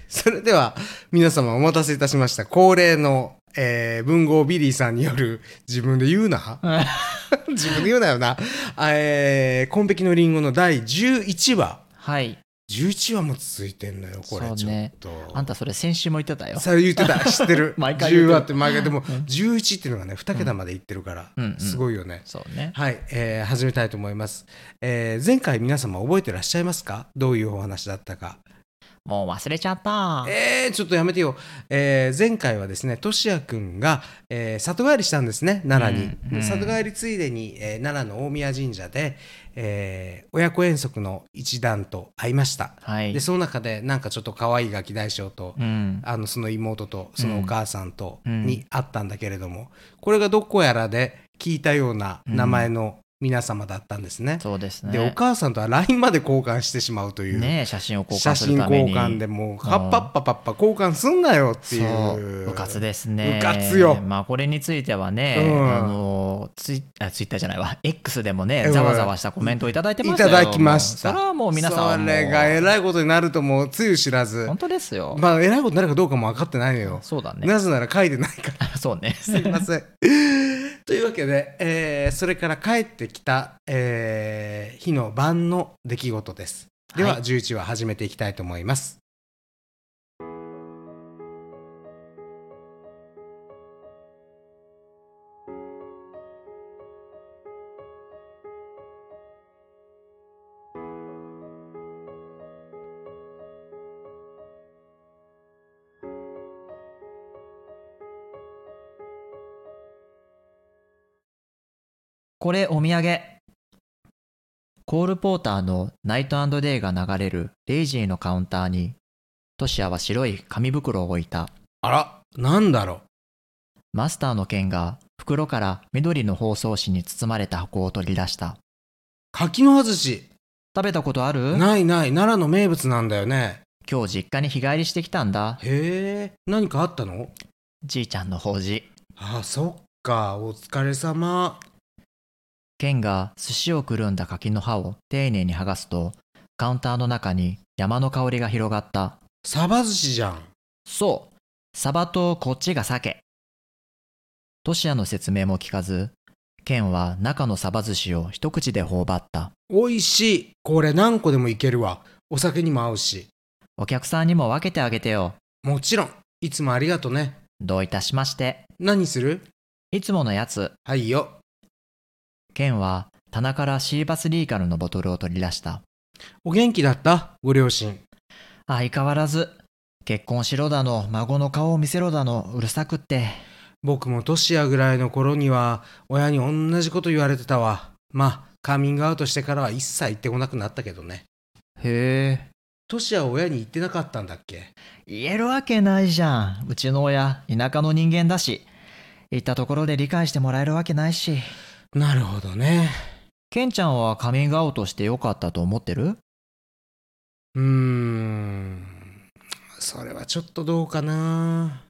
[SPEAKER 1] それでは皆様お待たせいたしました恒例の、えー文豪ビリーさんによる自分で言うな 自分で言うなよな「えー、紺碧のりんご」の第11話
[SPEAKER 2] はい
[SPEAKER 1] 11話も続いてんのよこれ
[SPEAKER 2] そう
[SPEAKER 1] ちょっ
[SPEAKER 2] ね
[SPEAKER 1] と、
[SPEAKER 2] あんたそれ先週も言ってたよ
[SPEAKER 1] それ言って た知ってる
[SPEAKER 2] 毎回言
[SPEAKER 1] 10
[SPEAKER 2] うてる
[SPEAKER 1] 話って毎回でも11っていうのがね2桁までいってるから、
[SPEAKER 2] うんうん
[SPEAKER 1] すごいよね
[SPEAKER 2] そうね
[SPEAKER 1] はい、えー始めたいと思います、えー前回皆様覚えてらっしゃいますかどういうお話だったか
[SPEAKER 2] もう忘れちゃった。
[SPEAKER 1] えー、ちょっとやめてよ、えー前回はですねとしやくんが、えー里帰りしたんですね奈良に、
[SPEAKER 2] うんうん
[SPEAKER 1] 里帰りついでに、えー奈良の大宮神社で、えー親子遠足の一団と会いました
[SPEAKER 2] はい
[SPEAKER 1] で。その中でなんかちょっと可愛いガキ大将と、
[SPEAKER 2] うん。
[SPEAKER 1] あのその妹とそのお母さんと
[SPEAKER 2] うん
[SPEAKER 1] に会ったんだけれども、これがどこやらで聞いたような名前の皆様だったんですね、
[SPEAKER 2] そうですね。
[SPEAKER 1] でお母さんとは LINE まで交換してしまうという、
[SPEAKER 2] ねえ写真を交換
[SPEAKER 1] 写
[SPEAKER 2] する
[SPEAKER 1] 真
[SPEAKER 2] ため
[SPEAKER 1] 交
[SPEAKER 2] に。
[SPEAKER 1] 換でもう
[SPEAKER 2] うん
[SPEAKER 1] パッパッパパッパ交換すんなよってい
[SPEAKER 2] そう
[SPEAKER 1] う
[SPEAKER 2] 部活ですね。
[SPEAKER 1] 部活よ
[SPEAKER 2] まあこれについてはね、
[SPEAKER 1] うん
[SPEAKER 2] あのツイあツイッターじゃないわ、X でもね
[SPEAKER 1] うん、
[SPEAKER 2] ざわざわしたコメントをいただいてま
[SPEAKER 1] い
[SPEAKER 2] した
[SPEAKER 1] た
[SPEAKER 2] よ。
[SPEAKER 1] だきました
[SPEAKER 2] もうそれはもう皆さんはもう
[SPEAKER 1] それがえらいことになるともうつゆ知らず
[SPEAKER 2] 本当ですよ。
[SPEAKER 1] まあえらいことになるかどうかも分かってないのよ、
[SPEAKER 2] そうだね。
[SPEAKER 1] なぜなら書いてないから
[SPEAKER 2] そうね。
[SPEAKER 1] すいませんというわけで、えーそれから帰ってきた、えー日の晩の出来事ですでは、
[SPEAKER 2] はい
[SPEAKER 1] 11話始めていきたいと思います
[SPEAKER 2] これお土産。コールポーターのナイトデイが流れるレイジーのカウンターに、トシアは白い紙袋を置いた。
[SPEAKER 1] あらなんだろ
[SPEAKER 2] マスターの剣が袋から緑の包装紙に包まれた箱を取り出した。
[SPEAKER 1] う柿の外し
[SPEAKER 2] 食べたことある
[SPEAKER 1] ないない奈良の名物なんだよね
[SPEAKER 2] 今日実家に日帰りしてきたんだ。
[SPEAKER 1] へえ何かあったの
[SPEAKER 2] じいちゃんの法事。
[SPEAKER 1] ああそっかお疲れ様
[SPEAKER 2] 剣が寿司をくるんだ柿の葉を丁寧に剥がすと、カウンターの中に山の香りが広がった。
[SPEAKER 1] サバ寿司じゃん
[SPEAKER 2] そう。サバとこっちが鮭。トシヤの説明も聞かず、ケンは中のサバ寿司を一口で頬張った。
[SPEAKER 1] 美味しいこれ何個でもいけるわお酒にも合うし
[SPEAKER 2] お客さんにも分けてあげてよ。
[SPEAKER 1] もちろんいつもありがとね
[SPEAKER 2] どういたしまして。
[SPEAKER 1] 何する
[SPEAKER 2] いつものやつ、
[SPEAKER 1] はいよ
[SPEAKER 2] ケンは棚からシーバスリーガルのボトルを取り出した。
[SPEAKER 1] お元気だったご両親
[SPEAKER 2] 相変わらず、結婚しろだの、孫の顔を見せろだの、うるさくって。
[SPEAKER 1] 僕も年やぐらいの頃には親に同じこと言われてたわまあカミングアウトしてからは一切言ってこなくなったけどね
[SPEAKER 2] へえ。
[SPEAKER 1] 年は親に言ってなかったんだっけ
[SPEAKER 2] 言えるわけないじゃん。うちの親、田舎の人間だし。行ったところで理解してもらえるわけないし。
[SPEAKER 1] なるほどね
[SPEAKER 2] ケンちゃんはカミングアウトしてよかったと思ってる
[SPEAKER 1] うーんそれはちょっとどうかな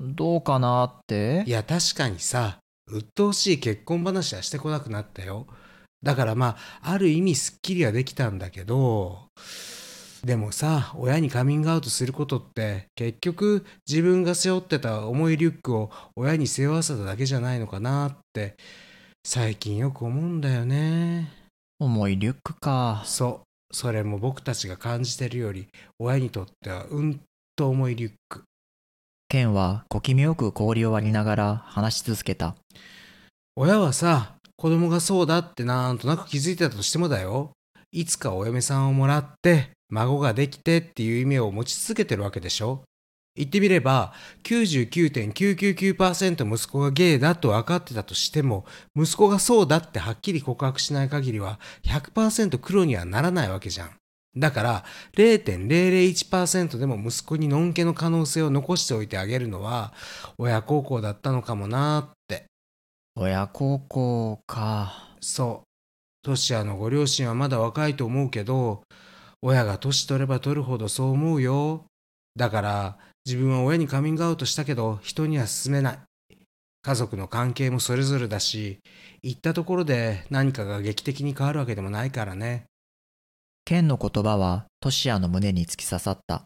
[SPEAKER 2] どうかなって
[SPEAKER 1] いや確かにさ鬱陶しい結婚話はしてこなくなったよだからまあある意味すっきりはできたんだけどでもさ親にカミングアウトすることって結局自分が背負ってた重いリュックを親に背負わせただけじゃないのかなって最近よく思うんだよね
[SPEAKER 2] 重いリュックか。
[SPEAKER 1] そうそれも僕たちが感じてるより親にとってはうんと重いリュック
[SPEAKER 2] ケンは小気味よく氷を割りながら話し続けた。
[SPEAKER 1] 親はさ子供がそうだってなんとなく気づいてたとしてもだよいつかお嫁さんをもらって孫ができてっていう夢を持ち続けてるわけでしょ言ってみれば99.999%息子がゲイだと分かってたとしても息子がそうだってはっきり告白しない限りは100%黒にはならないわけじゃんだから0.001%でも息子にのんけの可能性を残しておいてあげるのは親孝行だったのかもなーって
[SPEAKER 2] 親孝行か。
[SPEAKER 1] そう。トシヤのご両親はまだ若いと思うけど、親が年取れば取るほどそう思うよ。だから、自分は親にカミングアウトしたけど、人には勧めない。家族の関係もそれぞれだし、行ったところで何かが劇的に変わるわけでもないからね。
[SPEAKER 2] ケンの言葉はトシアの胸に突き刺さった。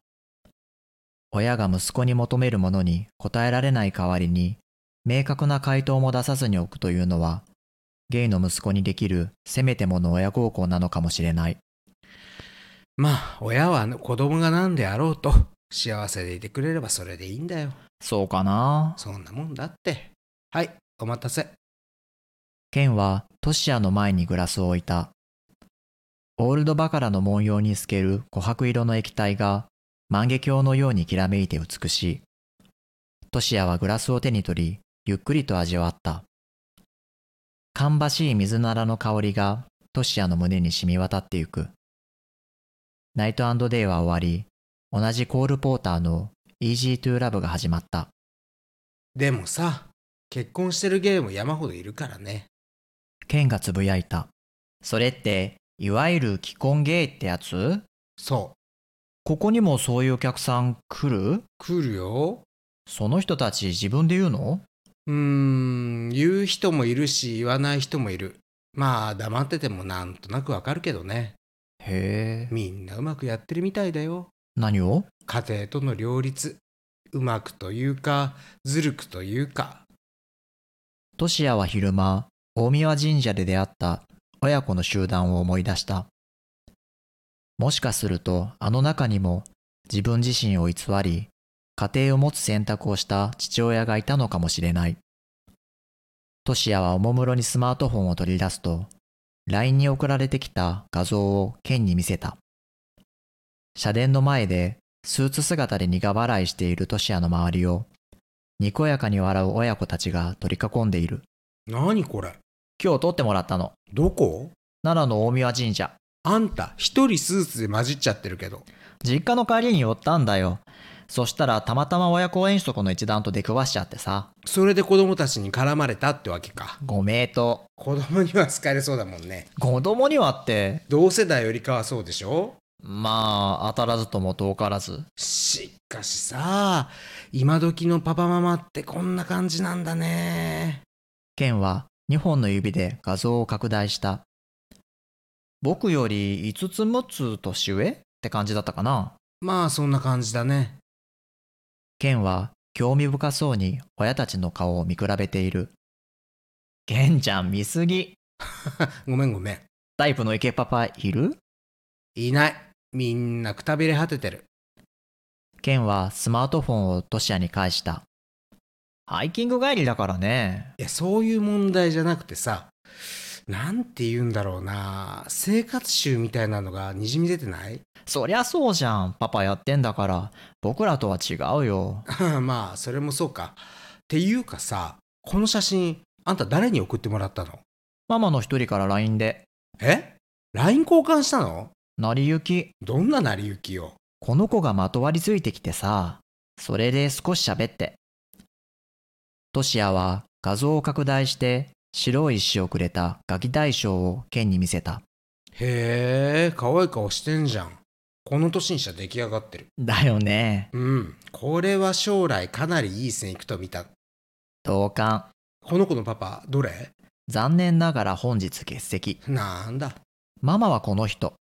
[SPEAKER 2] 親が息子に求めるものに答えられない代わりに、明確な回答も出さずに置くというのは、ゲイの息子にできるせめてもの親孝行なのかもしれない。
[SPEAKER 1] まあ、親は子供が何であろうと、幸せでいてくれればそれでいいんだよ。
[SPEAKER 2] そうかな
[SPEAKER 1] そんなもんだって。はい、お待たせ。
[SPEAKER 2] ケンはトシアの前にグラスを置いた。オールドバカラの文様に透ける琥珀色の液体が万華鏡のようにきらめいて美しい。トシヤはグラスを手に取り、ゆっくりと味わった。芳しい水ならの香りがトシヤの胸に染み渡ってゆく。ナイトデイは終わり、同じコールポーターの Easy to Love が始まった。
[SPEAKER 1] でもさ結婚してるゲーム山ほどいるからね
[SPEAKER 2] ケンがつぶやいた。それって、いわゆる既婚ゲイってやつ
[SPEAKER 1] そう
[SPEAKER 2] ここにもそういうお客さん来る
[SPEAKER 1] 来るよ
[SPEAKER 2] その人たち自分で言うの
[SPEAKER 1] うーん言う人もいるし言わない人もいるまあ黙っててもなんとなくわかるけどね
[SPEAKER 2] へえ。
[SPEAKER 1] みんなうまくやってるみたいだよ
[SPEAKER 2] 何を
[SPEAKER 1] 家庭との両立うまくというかずるくというか
[SPEAKER 2] トシヤは昼間、大宮神社で出会った親子の集団を思い出した。もしかすると、あの中にも自分自身を偽り、家庭を持つ選択をした父親がいたのかもしれない。トシヤはおもむろにスマートフォンを取り出すと、LINE に送られてきた画像をケンに見せた。社殿の前でスーツ姿で苦笑いしているトシヤの周りを、にこやかに笑う親子たちが取り囲んでいる。
[SPEAKER 1] 何これ
[SPEAKER 2] 今日撮ってもらったの
[SPEAKER 1] どこ
[SPEAKER 2] 奈良の大宮神社
[SPEAKER 1] あんた一人スーツで混じっちゃってるけど
[SPEAKER 2] 実家の帰りに寄ったんだよそしたらたまたま親子遠足の一団と出くわしちゃってさ
[SPEAKER 1] それで子供たちに絡まれたってわけか
[SPEAKER 2] ご名答
[SPEAKER 1] 子供には好かれそうだもんね
[SPEAKER 2] 子供にはって
[SPEAKER 1] 同世代よりかはそうでしょ
[SPEAKER 2] まあ当たらずとも遠からず
[SPEAKER 1] しかしさ今時のパパママってこんな感じなんだね
[SPEAKER 2] ケンは2本の指で画像を拡大した僕より5つ6つ年上って感じだったかな
[SPEAKER 1] まあそんな感じだね
[SPEAKER 2] ケンは興味深そうに親たちの顔を見比べているケンちゃん見すぎ
[SPEAKER 1] ごめんごめん
[SPEAKER 2] タイプのイケパパいる
[SPEAKER 1] いないみんなくたびれ果ててる
[SPEAKER 2] ケンはスマートフォンをトシヤに返した。ハイキング帰りだからね。
[SPEAKER 1] いやそういう問題じゃなくてさなんて言うんだろうな生活習みたいなのがにじみ出てない
[SPEAKER 2] そりゃそうじゃん。パパやってんだから。僕らとは違うよ。
[SPEAKER 1] まあそれもそうかっていうかさこの写真あんた誰に送ってもらったの
[SPEAKER 2] ママの一人から LINE で。
[SPEAKER 1] え ?LINE 交換したの
[SPEAKER 2] 成り行き。
[SPEAKER 1] どんな成り行きよ
[SPEAKER 2] この子がまとわりついてきてさ。それで少し喋って。トシヤは画像を拡大して白い石をくれたガキ大将をケンに見せた。
[SPEAKER 1] へえ可愛い顔してんじゃんこの年にしたら出来上がってる
[SPEAKER 2] だよね。
[SPEAKER 1] うんこれは将来かなりいい線いくと見た
[SPEAKER 2] 同感。
[SPEAKER 1] この子のパパどれ
[SPEAKER 2] 残念ながら本日欠席。
[SPEAKER 1] なんだ
[SPEAKER 2] ママはこの人。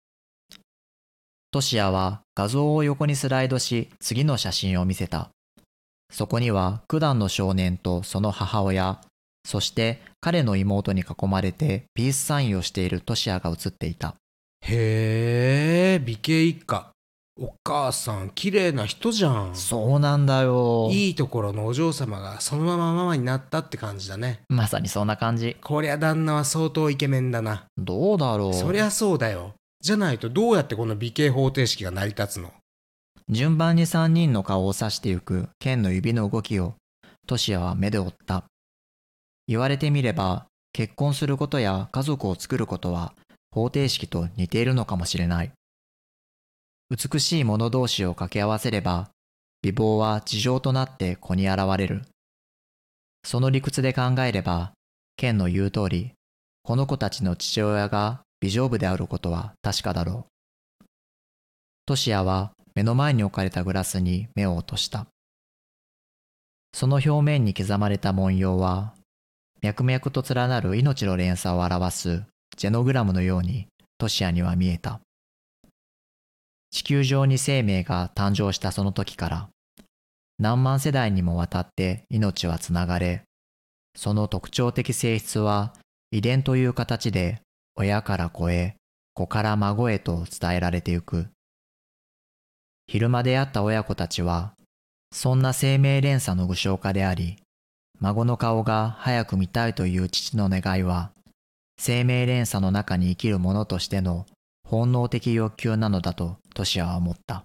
[SPEAKER 2] トシヤは画像を横にスライドし、次の写真を見せた。そこには、九段の少年とその母親、そして彼の妹に囲まれてピースサインをしているトシヤが写っていた。
[SPEAKER 1] へえ美形一家お母さん綺麗な人じゃん
[SPEAKER 2] そうなんだよ。
[SPEAKER 1] いいところのお嬢様がそのままママになったって感じだね
[SPEAKER 2] まさにそんな感じ。
[SPEAKER 1] こりゃ旦那は相当イケメンだな
[SPEAKER 2] どうだろう。
[SPEAKER 1] そりゃそうだよじゃないとどうやってこの美形方程式が成り立つの
[SPEAKER 2] 順番に3人の顔を指していく剣の指の動きをトシヤは目で追った言われてみれば結婚することや家族を作ることは方程式と似ているのかもしれない美しい者同士を掛け合わせれば美貌は事情となって子に現れるその理屈で考えれば剣の言う通りこの子たちの父親が美女部であることは確かだろうトシヤは目の前に置かれたグラスに目を落とした。その表面に刻まれた文様は、脈々と連なる命の連鎖を表すジェノグラムのようにトシヤには見えた。地球上に生命が誕生したその時から、何万世代にもわたって命はつながれ、その特徴的性質は遺伝という形で親から子へ、子から孫へと伝えられてゆく。昼間出会った親子たちは、そんな生命連鎖の具象化であり、孫の顔が早く見たいという父の願いは、生命連鎖の中に生きる者としての本能的欲求なのだとトシヤは思った。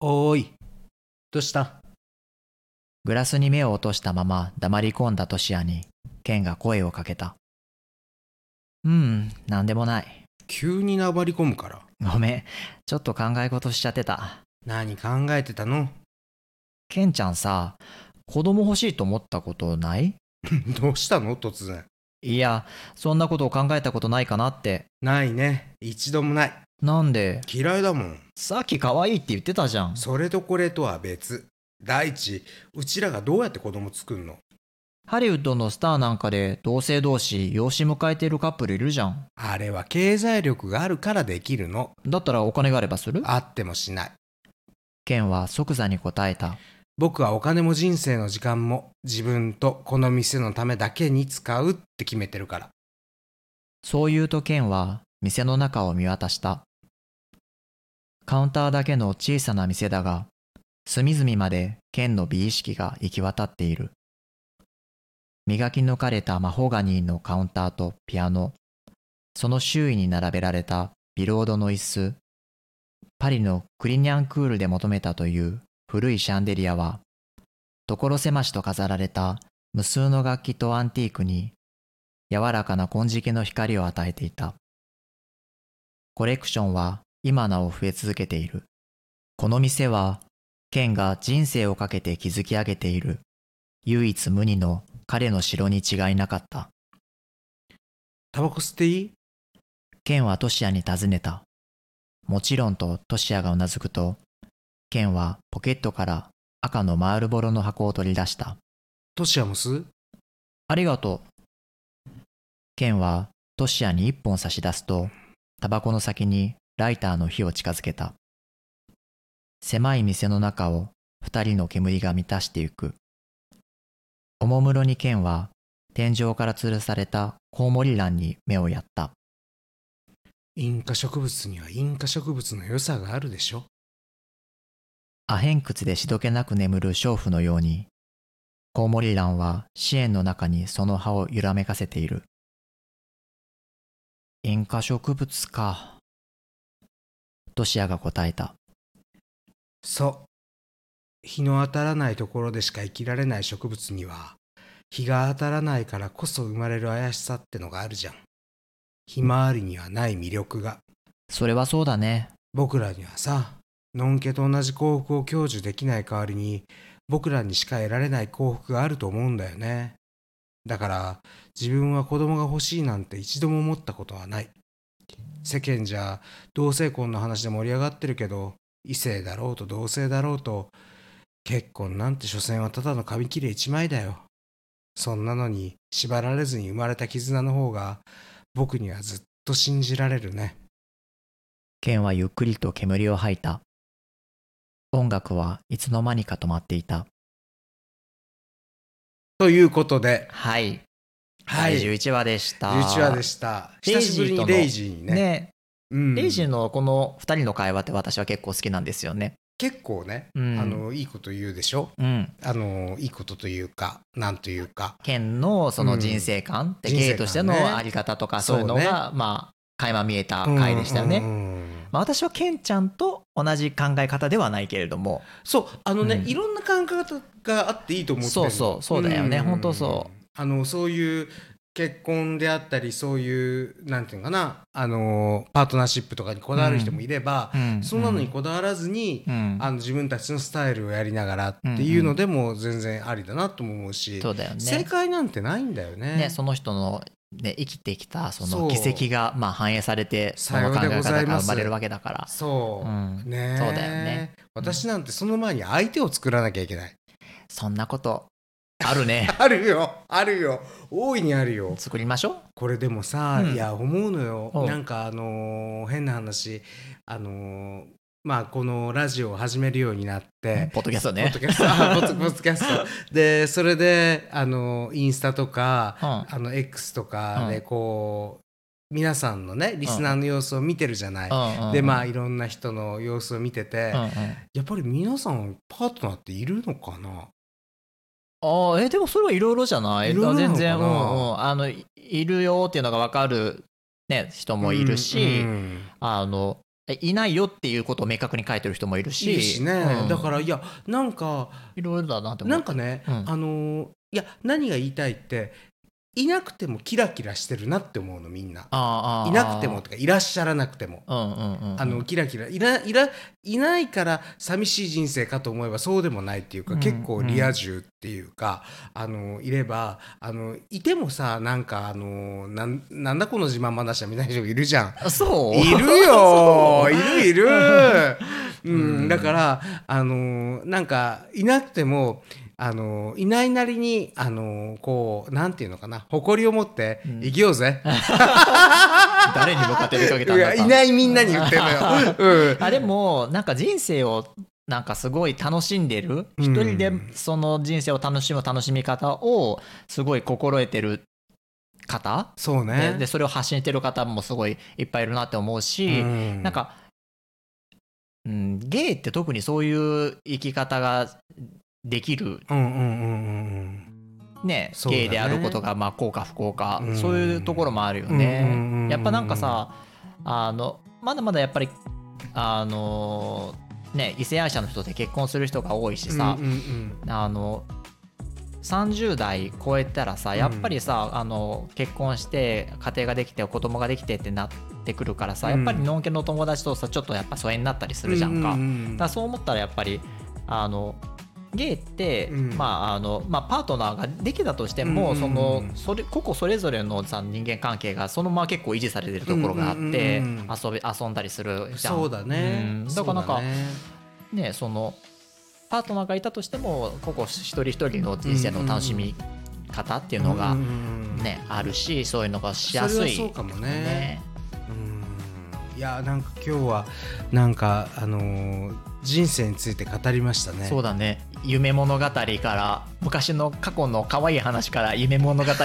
[SPEAKER 1] おーい。どうした
[SPEAKER 2] グラスに目を落としたまま黙り込んだトシヤに、ケンが声をかけた。うん、なんでもない。
[SPEAKER 1] 急になばり込むから。
[SPEAKER 2] ごめん、ちょっと考え事しちゃってた。
[SPEAKER 1] 何考えてたの
[SPEAKER 2] ケンちゃんさ、子供欲しいと思ったことない
[SPEAKER 1] どうしたの突然。
[SPEAKER 2] いや、そんなことを考えたことないかなって。
[SPEAKER 1] ないね。一度もない。
[SPEAKER 2] なんで、
[SPEAKER 1] 嫌いだもん。
[SPEAKER 2] さっき可愛いって言ってたじゃん。
[SPEAKER 1] それとこれとは別。第一、うちらがどうやって子供作んの
[SPEAKER 2] ハリウッドのスターなんかで同性同士養子迎えてるカップルいるじゃん。
[SPEAKER 1] あれは経済力があるからできるの。
[SPEAKER 2] だったらお金があればする
[SPEAKER 1] あってもしない。
[SPEAKER 2] ケンは即座に答えた。
[SPEAKER 1] 僕はお金も人生の時間も自分とこの店のためだけに使うって決めてるから。
[SPEAKER 2] そう言うとケンは店の中を見渡した。カウンターだけの小さな店だが、隅々までケンの美意識が行き渡っている。磨き抜かれたマホガニーのカウンターとピアノ、その周囲に並べられたビロードの椅子、パリのクリニャンクールで求めたという古いシャンデリアは、所狭しと飾られた無数の楽器とアンティークに柔らかな金色の光を与えていた。コレクションは今なお増え続けている。この店は、ケンが人生をかけて築き上げている、唯一無二の彼の城に違いなかった。
[SPEAKER 1] タバコ吸っていい
[SPEAKER 2] ケンはトシヤに尋ねた。もちろんとトシヤがうなずくと、ケンはポケットから赤のマールボロの箱を取り出した。
[SPEAKER 1] トシヤも吸う
[SPEAKER 2] ありがとう。ケンはトシヤに一本差し出すと、タバコの先にライターの火を近づけた。狭い店の中を二人の煙が満たしてゆく。おもむろにケンは天井から吊るされたコウモリランに目をやった。
[SPEAKER 1] インカ植物にはインカ植物の良さがあるでしょ
[SPEAKER 2] アヘン窟でしどけなく眠る娼婦のように、コウモリランは支援の中にその葉を揺らめかせている。インカ植物か。トシアが答えた。
[SPEAKER 1] そう日の当たらないところでしか生きられない植物には日が当たらないからこそ生まれる怪しさってのがあるじゃんひまわりにはない魅力が
[SPEAKER 2] それはそうだね。
[SPEAKER 1] 僕らにはさのんけと同じ幸福を享受できない代わりに僕らにしか得られない幸福があると思うんだよねだから自分は子供が欲しいなんて一度も思ったことはない世間じゃ同性婚の話で盛り上がってるけど異性だろうと同性だろうと結婚なんて所詮はただの紙切れ一枚だよそんなのに縛られずに生まれた絆の方が僕にはずっと信じられるね
[SPEAKER 2] ケンはゆっくりと煙を吐いた。音楽はいつの間にか止まっていた。
[SPEAKER 1] ということで
[SPEAKER 2] はい。
[SPEAKER 1] はい
[SPEAKER 2] 第11話でした。
[SPEAKER 1] 11話でした。久しぶりにレ
[SPEAKER 2] レ
[SPEAKER 1] イ
[SPEAKER 2] イ
[SPEAKER 1] ジーにね。
[SPEAKER 2] ね。
[SPEAKER 1] うん
[SPEAKER 2] レイジのこの2人の会話って私は結構好きなんですよね。
[SPEAKER 1] 結構ね、
[SPEAKER 2] うん
[SPEAKER 1] あの、いいこと言うでしょ
[SPEAKER 2] うん。
[SPEAKER 1] あの、いいことというか、なんというか。
[SPEAKER 2] ケンのそ
[SPEAKER 1] うん
[SPEAKER 2] の人生観って、
[SPEAKER 1] 人生観ね
[SPEAKER 2] ゲイとしてのあり方とかそういうの
[SPEAKER 1] そう
[SPEAKER 2] が、まあ垣間見えた回でしたよね。
[SPEAKER 1] うんうんうん
[SPEAKER 2] まあ、私はケンちゃんと同じ考え方ではないけれども
[SPEAKER 1] そう、あのね、
[SPEAKER 2] うん
[SPEAKER 1] いろんな考え方があっていいと思って。
[SPEAKER 2] そうそうそうだよねほんとそう
[SPEAKER 1] あの、そういう、結婚であったり、そういう、なんていうのかな、あの、パートナーシップとかにこだわる人もいれば、そんなのに、こだわらずに、
[SPEAKER 2] うん、
[SPEAKER 1] あの自分たちのスタイルをやりながらっていうのでも全然ありだなとも思うし、
[SPEAKER 2] そうだよ
[SPEAKER 1] 正
[SPEAKER 2] ね
[SPEAKER 1] 解なんてないんだよね。
[SPEAKER 2] ねその人の、ね、生きてきたそ
[SPEAKER 1] そう
[SPEAKER 2] の軌跡がまあ反映されてその考
[SPEAKER 1] さようで
[SPEAKER 2] え
[SPEAKER 1] ござ
[SPEAKER 2] 方
[SPEAKER 1] い
[SPEAKER 2] が
[SPEAKER 1] ます
[SPEAKER 2] 生まれるわけだから
[SPEAKER 1] そう、
[SPEAKER 2] うん
[SPEAKER 1] ねえ
[SPEAKER 2] そうだよね
[SPEAKER 1] 私なんてその前に相手を作らなきゃいけない。
[SPEAKER 2] そんなことあ るね
[SPEAKER 1] あるよ、あるよ、大いにあるよ。
[SPEAKER 2] 作りましょう
[SPEAKER 1] これでもさ、
[SPEAKER 2] うん
[SPEAKER 1] いや思うのよ。
[SPEAKER 2] おう
[SPEAKER 1] なんかあのー変な話、あのーまあこのラジオを始めるようになって。
[SPEAKER 2] ポッドキャスト
[SPEAKER 1] ポッ
[SPEAKER 2] ね
[SPEAKER 1] ド。キャストあポッドポッドキャストでそれであのインスタとか、
[SPEAKER 2] うん
[SPEAKER 1] あの X とかで
[SPEAKER 2] うん
[SPEAKER 1] こう、皆さんのねリスナーの様子を見てるじゃない、
[SPEAKER 2] うんうん
[SPEAKER 1] でまあいろんな人の様子を見てて、
[SPEAKER 2] うんう
[SPEAKER 1] や
[SPEAKER 2] ん
[SPEAKER 1] っぱり皆さんパートナーっているのかな
[SPEAKER 2] ああ、え、でもそれはいろいろじゃない
[SPEAKER 1] いろいろなのかな
[SPEAKER 2] 全然、うんうん、あの、いいるよっていうのが分かる、ね、人もいるし、
[SPEAKER 1] うんうん
[SPEAKER 2] あの、えいないよっていうことを明確に書いてる人もいるし
[SPEAKER 1] いいしね、
[SPEAKER 2] うん
[SPEAKER 1] だからいやなんか
[SPEAKER 2] いろいろだなって思う
[SPEAKER 1] なんかね、
[SPEAKER 2] うん
[SPEAKER 1] あのーいや何が言いたいっていなくてもキラキラしてるなって思うのみんな
[SPEAKER 2] あーあー
[SPEAKER 1] いなくてもとかいらっしゃらなくても
[SPEAKER 2] うんうんうんうん
[SPEAKER 1] あのキラキラいないらいないから寂しい人生かと思えばそうでもないっていうか、
[SPEAKER 2] うん
[SPEAKER 1] 結構リア充っていうかあのいればあのいてもさなんかあのなんなんだこの自慢話みたいな人いるじゃ ん。
[SPEAKER 2] あそう
[SPEAKER 1] いるよい るいる、うん、だからあのなんかいなくてもあのいないなりにあのこうなんていうのかな誇りを持って生きようぜ、
[SPEAKER 2] 誰に向かって呼びかけたん
[SPEAKER 1] いや
[SPEAKER 2] だ
[SPEAKER 1] いないみんなに言ってるのよ。う ん
[SPEAKER 2] あでもなんか人生をなんかすごい楽しんでる一人でその人生を楽しむ楽しみ方をすごい心得てる方
[SPEAKER 1] そうね
[SPEAKER 2] ででそれを発信してる方もすごいいっぱいいるなって思うし、
[SPEAKER 1] うん
[SPEAKER 2] なんか、うん、ゲイって特にそういう生き方ができる、
[SPEAKER 1] うんうんうんうん
[SPEAKER 2] ね
[SPEAKER 1] そうだね
[SPEAKER 2] ゲイであることがまあ幸か不幸か、
[SPEAKER 1] うん
[SPEAKER 2] そういうところもあるよ
[SPEAKER 1] うんうんうんうん。
[SPEAKER 2] ねやっぱなんかさあのまだまだやっぱりあの、ね、異性愛者の人って結婚する人が多いし
[SPEAKER 1] うん
[SPEAKER 2] さ、
[SPEAKER 1] うんうん
[SPEAKER 2] あの30代超えたらさやっぱりさ、あの結婚して家庭ができて子供ができてってなってくるからさ、
[SPEAKER 1] うん
[SPEAKER 2] やっぱりのんけの友達とさちょっとやっぱ疎遠になったりするじゃんか,、
[SPEAKER 1] う
[SPEAKER 2] だか
[SPEAKER 1] ん
[SPEAKER 2] らそう思ったらやっぱりあのゲイって、
[SPEAKER 1] うん
[SPEAKER 2] まああのまあ、パートナーができたとして
[SPEAKER 1] う
[SPEAKER 2] も、
[SPEAKER 1] ん
[SPEAKER 2] そのそれ個々それぞれのさ人間関係がそのまま結構維持されてるところがあって、
[SPEAKER 1] うんうんうんうん
[SPEAKER 2] 遊び遊んだりするじゃん
[SPEAKER 1] そうだね
[SPEAKER 2] うんだからなんか
[SPEAKER 1] そうだね
[SPEAKER 2] ね、そのパートナーがいたとしても個々一人一人の人生の楽しみ方っていうのが、
[SPEAKER 1] うんうんうん
[SPEAKER 2] ねあるしそういうのがしやすい
[SPEAKER 1] それはそうかもね
[SPEAKER 2] ね
[SPEAKER 1] うんいやなんか今日はなんかあのー人生について語りましたね
[SPEAKER 2] そうだね夢物語から昔の過去の可愛い話から夢物語か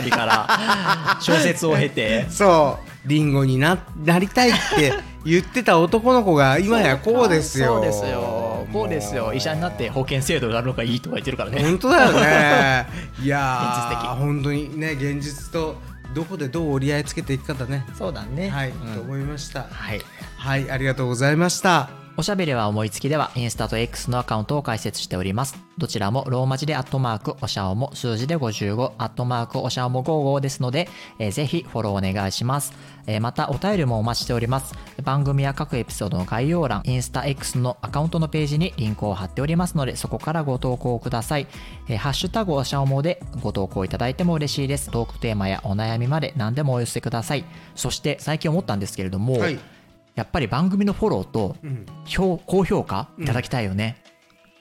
[SPEAKER 2] ら小説を経て
[SPEAKER 1] そうリンゴにななりたいって言ってた男の子が今やこうですよ
[SPEAKER 2] そうですよこうですよ医者になって保険制度があるのがいいとか言ってるからね
[SPEAKER 1] 本当だよね い
[SPEAKER 2] 現実
[SPEAKER 1] やー
[SPEAKER 2] 的
[SPEAKER 1] 本当にね現実とどこでどう折り合いつけていくかだね
[SPEAKER 2] そうだね
[SPEAKER 1] はい、
[SPEAKER 2] うん
[SPEAKER 1] と思いました
[SPEAKER 2] はい
[SPEAKER 1] はいありがとうございました
[SPEAKER 2] おしゃべりは思いつきではインスタと X のアカウントを開設しております。どちらもローマ字でアットマークおしゃおも数字で55アットマークおしゃおも55ですので、えーぜひフォローお願いします。えーまたお便りもお待ちしております。番組や各エピソードの概要欄、インスタ X のアカウントのページにリンクを貼っておりますので、そこからご投稿ください。えーハッシュタグおしゃおもでご投稿いただいても嬉しいです。トークテーマやお悩みまで何でもお寄せください。そして最近思ったんですけれども、
[SPEAKER 1] はい、
[SPEAKER 2] やっぱり番組のフォローと
[SPEAKER 1] うん、
[SPEAKER 2] 評高評価いただきたいよね。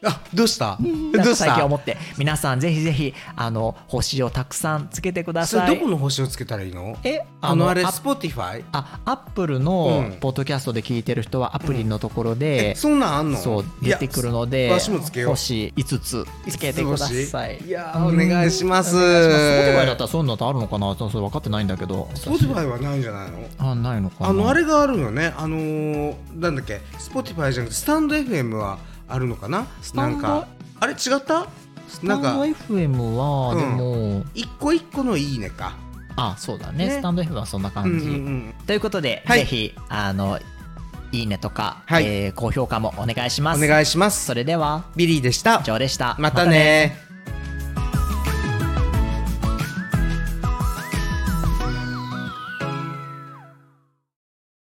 [SPEAKER 1] あどうした
[SPEAKER 2] なん
[SPEAKER 1] ど
[SPEAKER 2] か
[SPEAKER 1] うし
[SPEAKER 2] 最近
[SPEAKER 1] た
[SPEAKER 2] 思って皆さんぜひぜひあの星をたくさんつけてくだ
[SPEAKER 1] それ
[SPEAKER 2] さい。
[SPEAKER 1] どこの星をつけたらいいの
[SPEAKER 2] え
[SPEAKER 1] あのあれ
[SPEAKER 2] ア
[SPEAKER 1] Spotify
[SPEAKER 2] あアップル
[SPEAKER 1] う
[SPEAKER 2] の
[SPEAKER 1] ん
[SPEAKER 2] ポッドキャストで聞いてる人はアプリのところ
[SPEAKER 1] え
[SPEAKER 2] で、
[SPEAKER 1] そんなんあんの
[SPEAKER 2] そう出てくるので
[SPEAKER 1] いやわしもつけよう
[SPEAKER 2] 星5つつけてください。
[SPEAKER 1] いやーお願いします
[SPEAKER 2] うんお願いします Spotify だったらそういうのってあるのかなちょっとそれ分かってないんだけど。
[SPEAKER 1] Spotify はないんじゃないの
[SPEAKER 2] あないのかな。
[SPEAKER 1] あのあれがあるよねあのー、なんだっけ Spotify じゃなくてスタンド FM はあるのかな
[SPEAKER 2] タ
[SPEAKER 1] な
[SPEAKER 2] ン
[SPEAKER 1] ん
[SPEAKER 2] ド
[SPEAKER 1] かあれ違った
[SPEAKER 2] ス
[SPEAKER 1] な
[SPEAKER 2] タ
[SPEAKER 1] ん
[SPEAKER 2] ン
[SPEAKER 1] か
[SPEAKER 2] ド FM は
[SPEAKER 1] うん
[SPEAKER 2] でも、
[SPEAKER 1] 一個一個のいいねか
[SPEAKER 2] あそうだね
[SPEAKER 1] ね
[SPEAKER 2] スタンド FM はそんな感じ。
[SPEAKER 1] うんうんうん
[SPEAKER 2] ということで、
[SPEAKER 1] はい
[SPEAKER 2] ぜひあのいいねとか、
[SPEAKER 1] はい
[SPEAKER 2] えー高評価もお願いします。
[SPEAKER 1] お願いします
[SPEAKER 2] それでは
[SPEAKER 1] ビリーでした
[SPEAKER 2] 以上でした。
[SPEAKER 1] またね